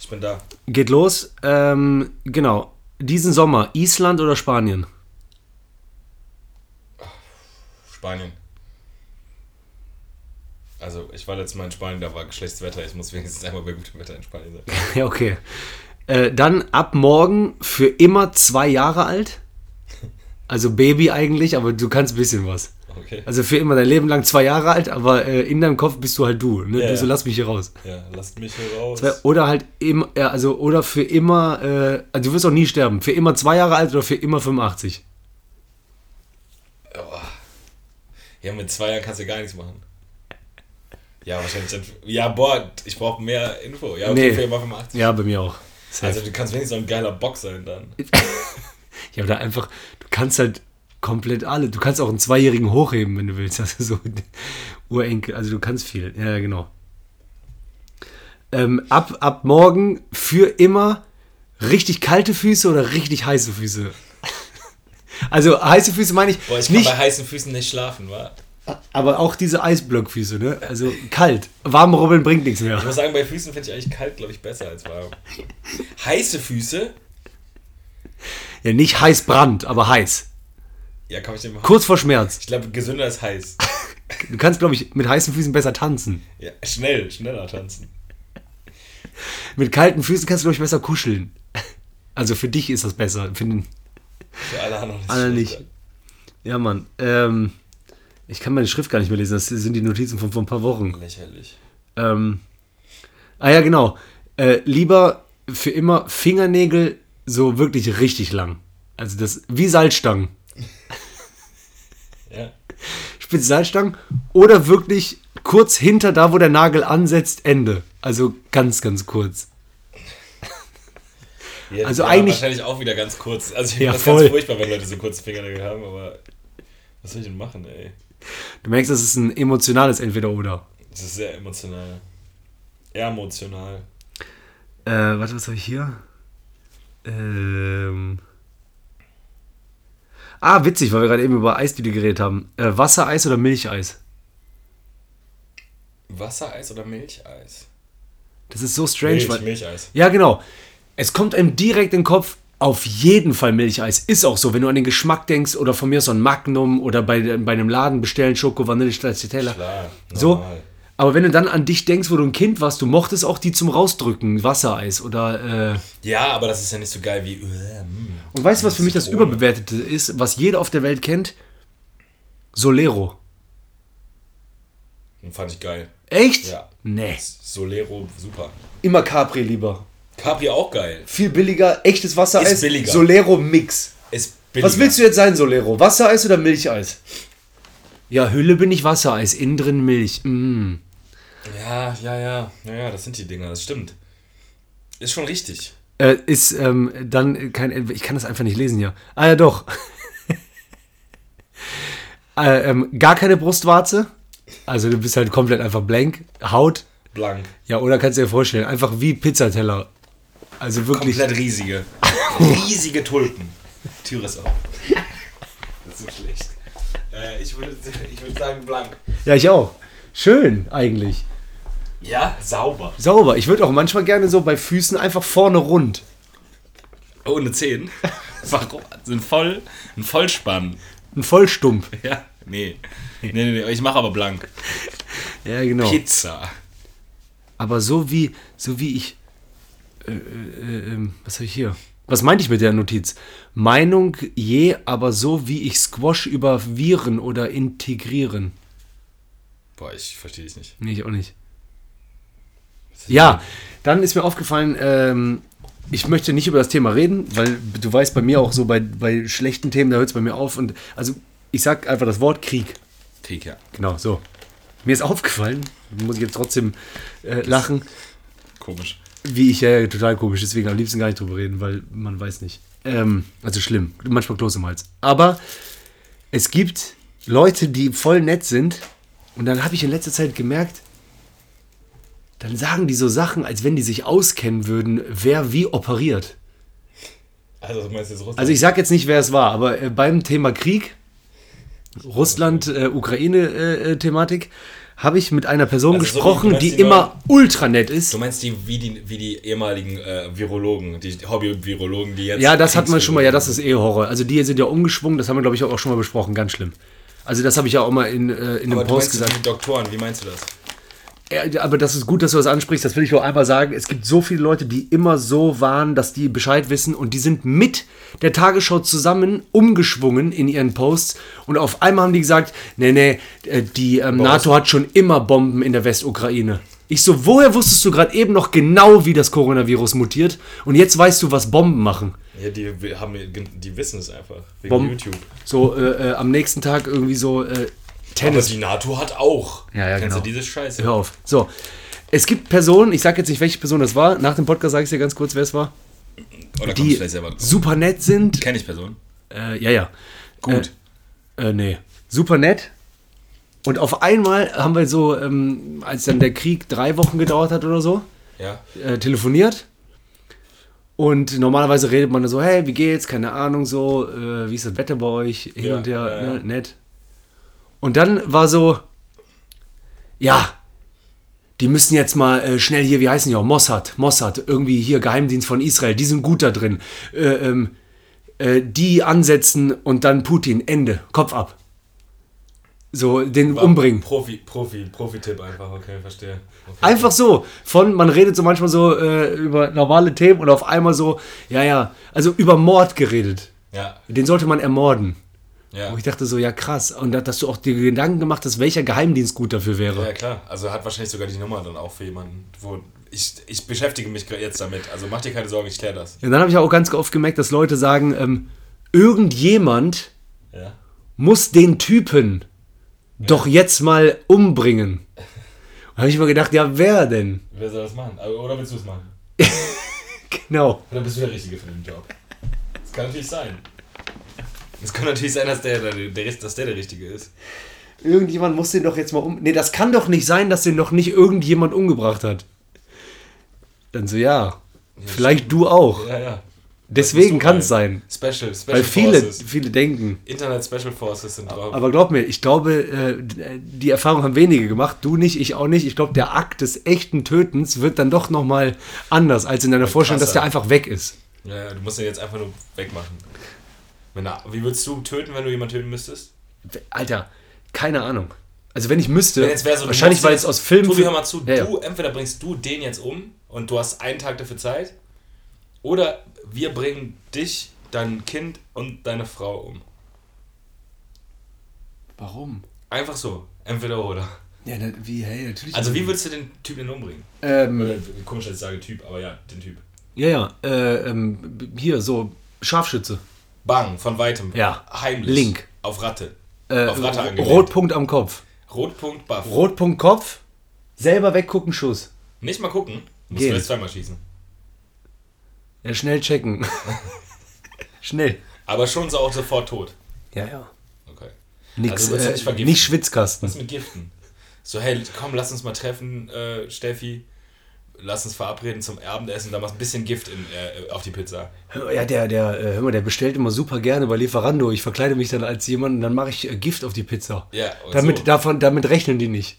Ich bin da. Geht los. Ähm, genau. Diesen Sommer, Island oder Spanien? Spanien. Also, ich war letztes Mal in Spanien, da war schlechtes Wetter. Ich muss wenigstens einmal bei gutem Wetter in Spanien sein. Ja, okay. Äh, dann ab morgen für immer zwei Jahre alt. Also Baby eigentlich, aber du kannst ein bisschen was. Okay. Also für immer dein Leben lang zwei Jahre alt, aber äh, in deinem Kopf bist du halt du. Ne? Ja, du so ja. lass mich hier raus. Ja, lasst mich hier raus. Oder halt im, ja, also oder für immer, äh, also du wirst auch nie sterben. Für immer zwei Jahre alt oder für immer 85. Ja, mit zwei Jahren kannst du gar nichts machen. Ja, wahrscheinlich. dann- Ja, boah, ich brauche mehr Info. Ja, okay, Nee. für immer 85. Ja, bei mir auch. Also, du kannst wenigstens so ein geiler Bock sein dann. Ja, oder einfach, du kannst halt komplett alle. Du kannst auch einen Zweijährigen hochheben, wenn du willst. Also so Urenkel, also du kannst viel. Ja, genau. Ähm, ab, ab morgen für immer richtig kalte Füße oder richtig heiße Füße. Also heiße Füße meine ich, Boah, ich kann nicht, bei heißen Füßen nicht schlafen, wa? aber auch diese Eisblockfüße, ne? Also kalt. Warm rubbeln bringt nichts Ich mehr. muss sagen, bei Füßen finde ich eigentlich kalt, glaube ich, besser als warm. Heiße Füße? Ja, nicht heiß Brand, aber heiß. Ja, kann ich dir machen. Kurz vor Schmerz. Ich glaube, gesünder ist heiß. Du kannst, glaube ich, mit heißen Füßen besser tanzen. Ja, schnell, schneller tanzen. Mit kalten Füßen kannst du, glaube ich, besser kuscheln. Also für dich ist das besser. Für den Für alle anderen ist es Alle nicht. schlechter. ja, Mann. Ähm, ich kann meine Schrift gar nicht mehr lesen. Das sind die Notizen von vor ein paar Wochen. Lächerlich. Ähm, ah ja, genau. Äh, lieber für immer Fingernägel so wirklich richtig lang. Also das wie Salzstangen. Ja. Spezialstangen oder wirklich kurz hinter da, wo der Nagel ansetzt, Ende. Also ganz, ganz kurz. Ja, Also ja, eigentlich- Wahrscheinlich auch wieder ganz kurz. Also ich Ja, finde das voll. ganz furchtbar, wenn Leute so kurze Fingernägel haben, aber was soll ich denn machen, ey? Du merkst, das ist ein emotionales Entweder-Oder. Das ist sehr emotional. Emotional. Äh, warte, was habe ich hier? Ähm. Ah, witzig, weil wir gerade eben über Eisdiele geredet haben. Äh, Wassereis oder Milcheis? Wassereis oder Milcheis? Das ist so strange, Milch, weil. Milcheis. Ja, genau. Es kommt einem direkt in den Kopf, auf jeden Fall Milcheis. Ist auch so, wenn du an den Geschmack denkst oder von mir so ein Magnum oder bei, bei einem Laden bestellen, Schoko, Vanille, Stracciatella. Klar, So. normal. Aber wenn du dann an dich denkst, wo du ein Kind warst, du mochtest auch die zum Rausdrücken, Wassereis oder. Äh, Ja, aber das ist ja nicht so geil wie. äh, mm. Und weißt du, was für mich das Zitrone. Überbewertete ist, was jeder auf der Welt kennt? Solero. Den fand ich geil. Echt? Ja. Nee. Solero, super. Immer Capri lieber. Capri auch geil. Viel billiger, echtes Wassereis. Ist billiger. Solero-Mix. Ist billiger. Was willst du jetzt sein, Solero? Wassereis oder Milcheis? Ja, Hülle bin ich Wassereis, innen drin Milch. Mm. Ja, ja, ja. Naja, das sind die Dinger, das stimmt. Ist schon richtig. Äh, ist ähm, dann kein. Ich kann das einfach nicht lesen hier. Ah ja, doch. äh, ähm, gar keine Brustwarze. Also du bist halt komplett einfach blank. Haut, Blank. Ja, oder kannst du dir vorstellen, einfach wie Pizzateller. Also wirklich. Komplett riesige. riesige Tulpen. Tür ist auf. Das ist so schlecht. Äh, ich, würde, ich würde sagen blank. Ja, ich auch. Schön eigentlich. Ja, sauber. Sauber. Ich würde auch manchmal gerne so bei Füßen einfach vorne rund. Oh, Ohne Zehen. Warum? Sind voll, ein Vollspann. Ein Vollstumpf. Ja, nee. Nee, nee, nee. Ich mache aber blank. Ja, Oh. genau. Pizza. Aber so wie, so wie ich. Äh, äh, ähm, was habe ich hier? Was meinte ich mit der Notiz? Meinung je, aber so wie ich Squash über Viren oder integrieren. Boah, ich verstehe dich nicht. Nee, ich auch nicht. Ja, dann ist mir aufgefallen, ähm, ich möchte nicht über das Thema reden, weil du weißt bei mir auch so, bei, bei schlechten Themen, da hört es bei mir auf. Und also ich sag einfach das Wort Krieg. Krieg, ja. Genau, so. Mir ist aufgefallen, muss ich jetzt trotzdem äh, lachen, Komisch. wie ich ja total komisch, deswegen am liebsten gar nicht drüber reden, weil man weiß nicht. Ähm, also schlimm, manchmal Kloß im Hals. Aber es gibt Leute, die voll nett sind. Und dann habe ich in letzter Zeit gemerkt, dann sagen die so Sachen, als wenn die sich auskennen würden, wer wie operiert. Also, du meinst jetzt Russland? Also ich sage jetzt nicht, wer es war, aber äh, beim Thema Krieg, äh, Russland-Ukraine-Thematik, äh, habe ich mit einer Person Also so wie- gesprochen, du meinst die die immer ultra nett ist. du meinst die, wie die, wie die ehemaligen äh, Virologen, die Hobby-Virologen, die jetzt. Ja, das hatten wir schon mal. Ja, das ist eh Horror. Also die sind ja umgeschwungen. Das haben wir, glaube ich, auch schon mal besprochen. Ganz schlimm. Also das habe ich ja auch mal in, äh, in Aber dem du Post meinst gesagt. die Doktoren, wie meinst du das? Ja, aber das ist gut, dass du das ansprichst. Das will ich nur einmal sagen. Es gibt so viele Leute, die immer so waren, dass die Bescheid wissen und die sind mit der Tagesschau zusammen umgeschwungen in ihren Posts und auf einmal haben die gesagt, nee, nee, äh, die ähm, NATO hat schon immer Bomben in der Westukraine. Ich so, woher wusstest du gerade eben noch genau, wie das Coronavirus mutiert und jetzt weißt du, was Bomben machen? Ja, die, wir haben, die wissen es einfach. Wegen Bomben. YouTube. So äh, äh, am nächsten Tag irgendwie so äh, Aber Tennis. die NATO hat auch. Ja, ja, Kennst genau. du diese Scheiße? Hör auf. So. Es gibt Personen, ich sag jetzt nicht, welche Person das war. Nach dem Podcast sage ich dir ganz kurz, wer es war. Oh, Oder kommt Die vielleicht selber. super nett sind. Kenne ich Personen. Äh, ja, ja. Gut. Äh, äh, nee. Super nett. Und auf einmal haben wir so, ähm, als dann der Krieg drei Wochen gedauert hat oder so, Ja. äh, telefoniert. Und normalerweise redet man so, hey, wie geht's? Keine Ahnung, so, äh, wie ist das Wetter bei euch? Hin Ja, und her, ja, ja. ne? nett. Und dann war so, ja, die müssen jetzt mal äh, schnell hier, wie heißen die auch? Mossad, Mossad, irgendwie hier, Geheimdienst von Israel, die sind gut da drin. Äh, ähm, äh, die ansetzen und dann Putin, Ende, Kopf ab. So, den umbringen. Profi, Profi, Profi-Tipp einfach, okay, verstehe. Okay. Einfach so. Von, man redet so manchmal so äh, über normale Themen und auf einmal so, ja, ja, also über Mord geredet. Ja, Den sollte man ermorden. ja. Wo ich dachte so, ja krass. Und da- dass du auch dir Gedanken gemacht hast, welcher Geheimdienst gut dafür wäre. Ja, klar. Also hat wahrscheinlich sogar die Nummer dann auch für jemanden, wo. Ich, ich beschäftige mich gra- jetzt damit. Also mach dir keine Sorgen, ich kläre das. Und dann habe ich auch ganz oft gemerkt, dass Leute sagen, ähm, irgendjemand Ja. muss den Typen doch jetzt mal umbringen. Da habe ich mir gedacht, ja, wer denn? Wer soll das machen? Aber- Oder willst du es machen? Genau. Oder bist du der Richtige für den Job? Das kann natürlich sein. Es kann natürlich sein, dass der der, der, dass der, der Richtige ist. Irgendjemand muss den doch jetzt mal um. Nee, das kann doch nicht sein, dass den noch nicht irgendjemand umgebracht hat. Dann so, ja. Vielleicht du auch. Ja, ja. Deswegen bist du kann es sein. Special, Special Weil viele, Forces. viele denken. Internet Special Forces sind drauf. Aber glaub mir, ich glaube, äh, d- die Erfahrung haben wenige gemacht. Du nicht, ich auch nicht. Ich glaube, der Akt des echten Tötens wird dann doch nochmal anders als in deiner Vorstellung, dass krasser. der einfach weg ist. Ja, ja, du musst den jetzt einfach nur wegmachen. Wenn er- wie würdest du töten, wenn du jemanden töten müsstest? Alter, keine Ahnung. Also wenn ich müsste, Wenn jetzt wär so, du wahrscheinlich machst weil jetzt- es aus Filmen... Tobi, hör mal zu, Ja, ja. du, entweder bringst du den jetzt um und du hast einen Tag dafür Zeit, oder wir bringen dich, dein Kind und deine Frau um. Warum? Einfach so. Entweder oder. Ja, na, wie, hey, natürlich... Also wie würdest du den Typen denn umbringen? Ähm, Oder, komisch, dass ich sage Typ, aber ja, den Typ. ja, ja, äh, ähm, b- hier, so, Scharfschütze. Bang, von weitem. Ja. Heimlich. Link. Auf Ratte. Äh, Auf Ratte angelegt. Rotpunkt am Kopf. Rotpunkt, Buff. Rotpunkt Kopf, selber weggucken, Schuss. Nicht mal gucken. Musst Gehen. du jetzt zweimal schießen. Ja, schnell checken. schnell. Aber schon so auch sofort tot. Ja, ja. Okay. Nix, Also, willst du nicht äh, vergiften? nicht Schwitzkasten. Was mit Giften? So, hey, komm, lass uns mal treffen, äh, Steffi. Lass uns verabreden zum Abendessen. Da machst ein bisschen Gift in, äh, auf die Pizza. Ja, der, der, äh, hör mal, der bestellt immer super gerne bei Lieferando. Ich verkleide mich dann als jemand und dann mache ich äh, Gift auf die Pizza. Ja, und damit, so. davon, damit rechnen die nicht.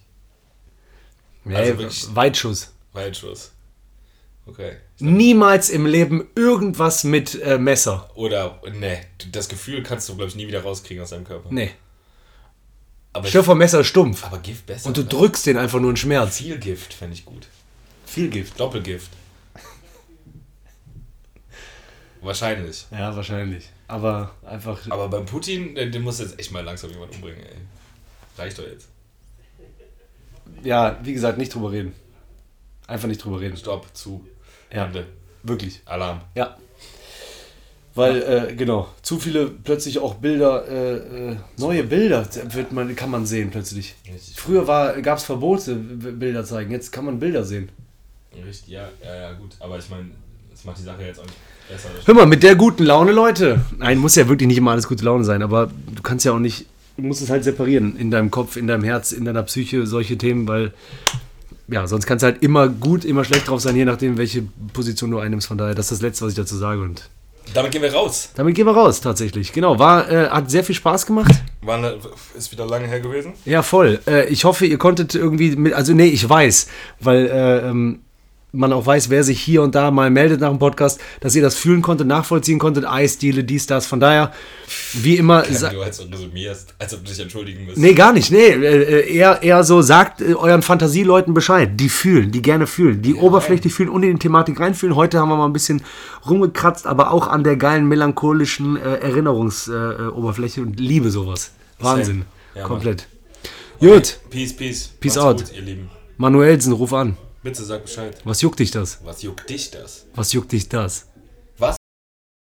Ja, Also ey, wirklich- Weitschuss. Weitschuss. Okay. Niemals im Leben irgendwas mit äh, Messer. Oder, ne, das Gefühl kannst du, glaube ich, nie wieder rauskriegen aus deinem Körper. Nee. Aber, Stell dir vor, Messer ist stumpf. aber Gift besser. Und du oder? drückst den einfach nur in Schmerz. Viel Gift fände ich gut. Viel Gift. Doppelgift. Wahrscheinlich. Ja, wahrscheinlich. Aber einfach. Aber beim Putin, den, den muss jetzt echt mal langsam jemand umbringen, ey. Reicht doch jetzt. Ja, wie gesagt, nicht drüber reden. Einfach nicht drüber reden. Stopp, zu. Ja. Ende. Wirklich. Alarm. Ja. Weil, äh, genau, zu viele plötzlich auch Bilder, äh, äh, neue Bilder wird man, kann man sehen plötzlich. Richtig. Früher gab es Verbote, B- Bilder zeigen, jetzt kann man Bilder sehen. Richtig, ja, ja, ja, gut. Aber ich meine, das macht die Sache jetzt auch nicht besser. Hör mal, mit der guten Laune, Leute. Nein, muss ja wirklich nicht immer alles gute Laune sein, aber du kannst ja auch nicht, du musst es halt separieren in deinem Kopf, in deinem Herz, in deiner Psyche, solche Themen, weil, ja, sonst kannst du halt immer gut, immer schlecht drauf sein, je nachdem, welche Position du einnimmst. Von daher, das ist das Letzte, was ich dazu sage und Damit gehen wir raus. damit gehen wir raus, tatsächlich. Genau, war, äh, hat sehr viel Spaß gemacht. War eine, ist wieder lange her gewesen. Ja, voll. Äh, ich hoffe, ihr konntet irgendwie mit, also nee, ich weiß, weil äh, ähm, man auch weiß, wer sich hier und da mal meldet nach dem Podcast, dass ihr das fühlen konntet, nachvollziehen konntet, Eisdiele, dies, das. Von daher, wie immer, sa- Wie du halt so resümierst, als ob du dich entschuldigen müsstest. Nee, gar nicht. Nee, äh, äh, eher, eher so, sagt äh, euren Fantasieleuten Bescheid. Die fühlen, die gerne fühlen, die oberflächlich fühlen und in die Thematik reinfühlen. Heute haben wir mal ein bisschen rumgekratzt, aber auch an der geilen, melancholischen äh, Erinnerungsoberfläche äh, Oberfläche und liebe sowas. Wahnsinn. Ja, Mann. Komplett. Gut, Peace, peace. Peace Macht's out. Gut, ihr Lieben. Manuelsen, ruf an. Bitte sag Bescheid. Was juckt dich das? Was juckt dich das? Was juckt dich das?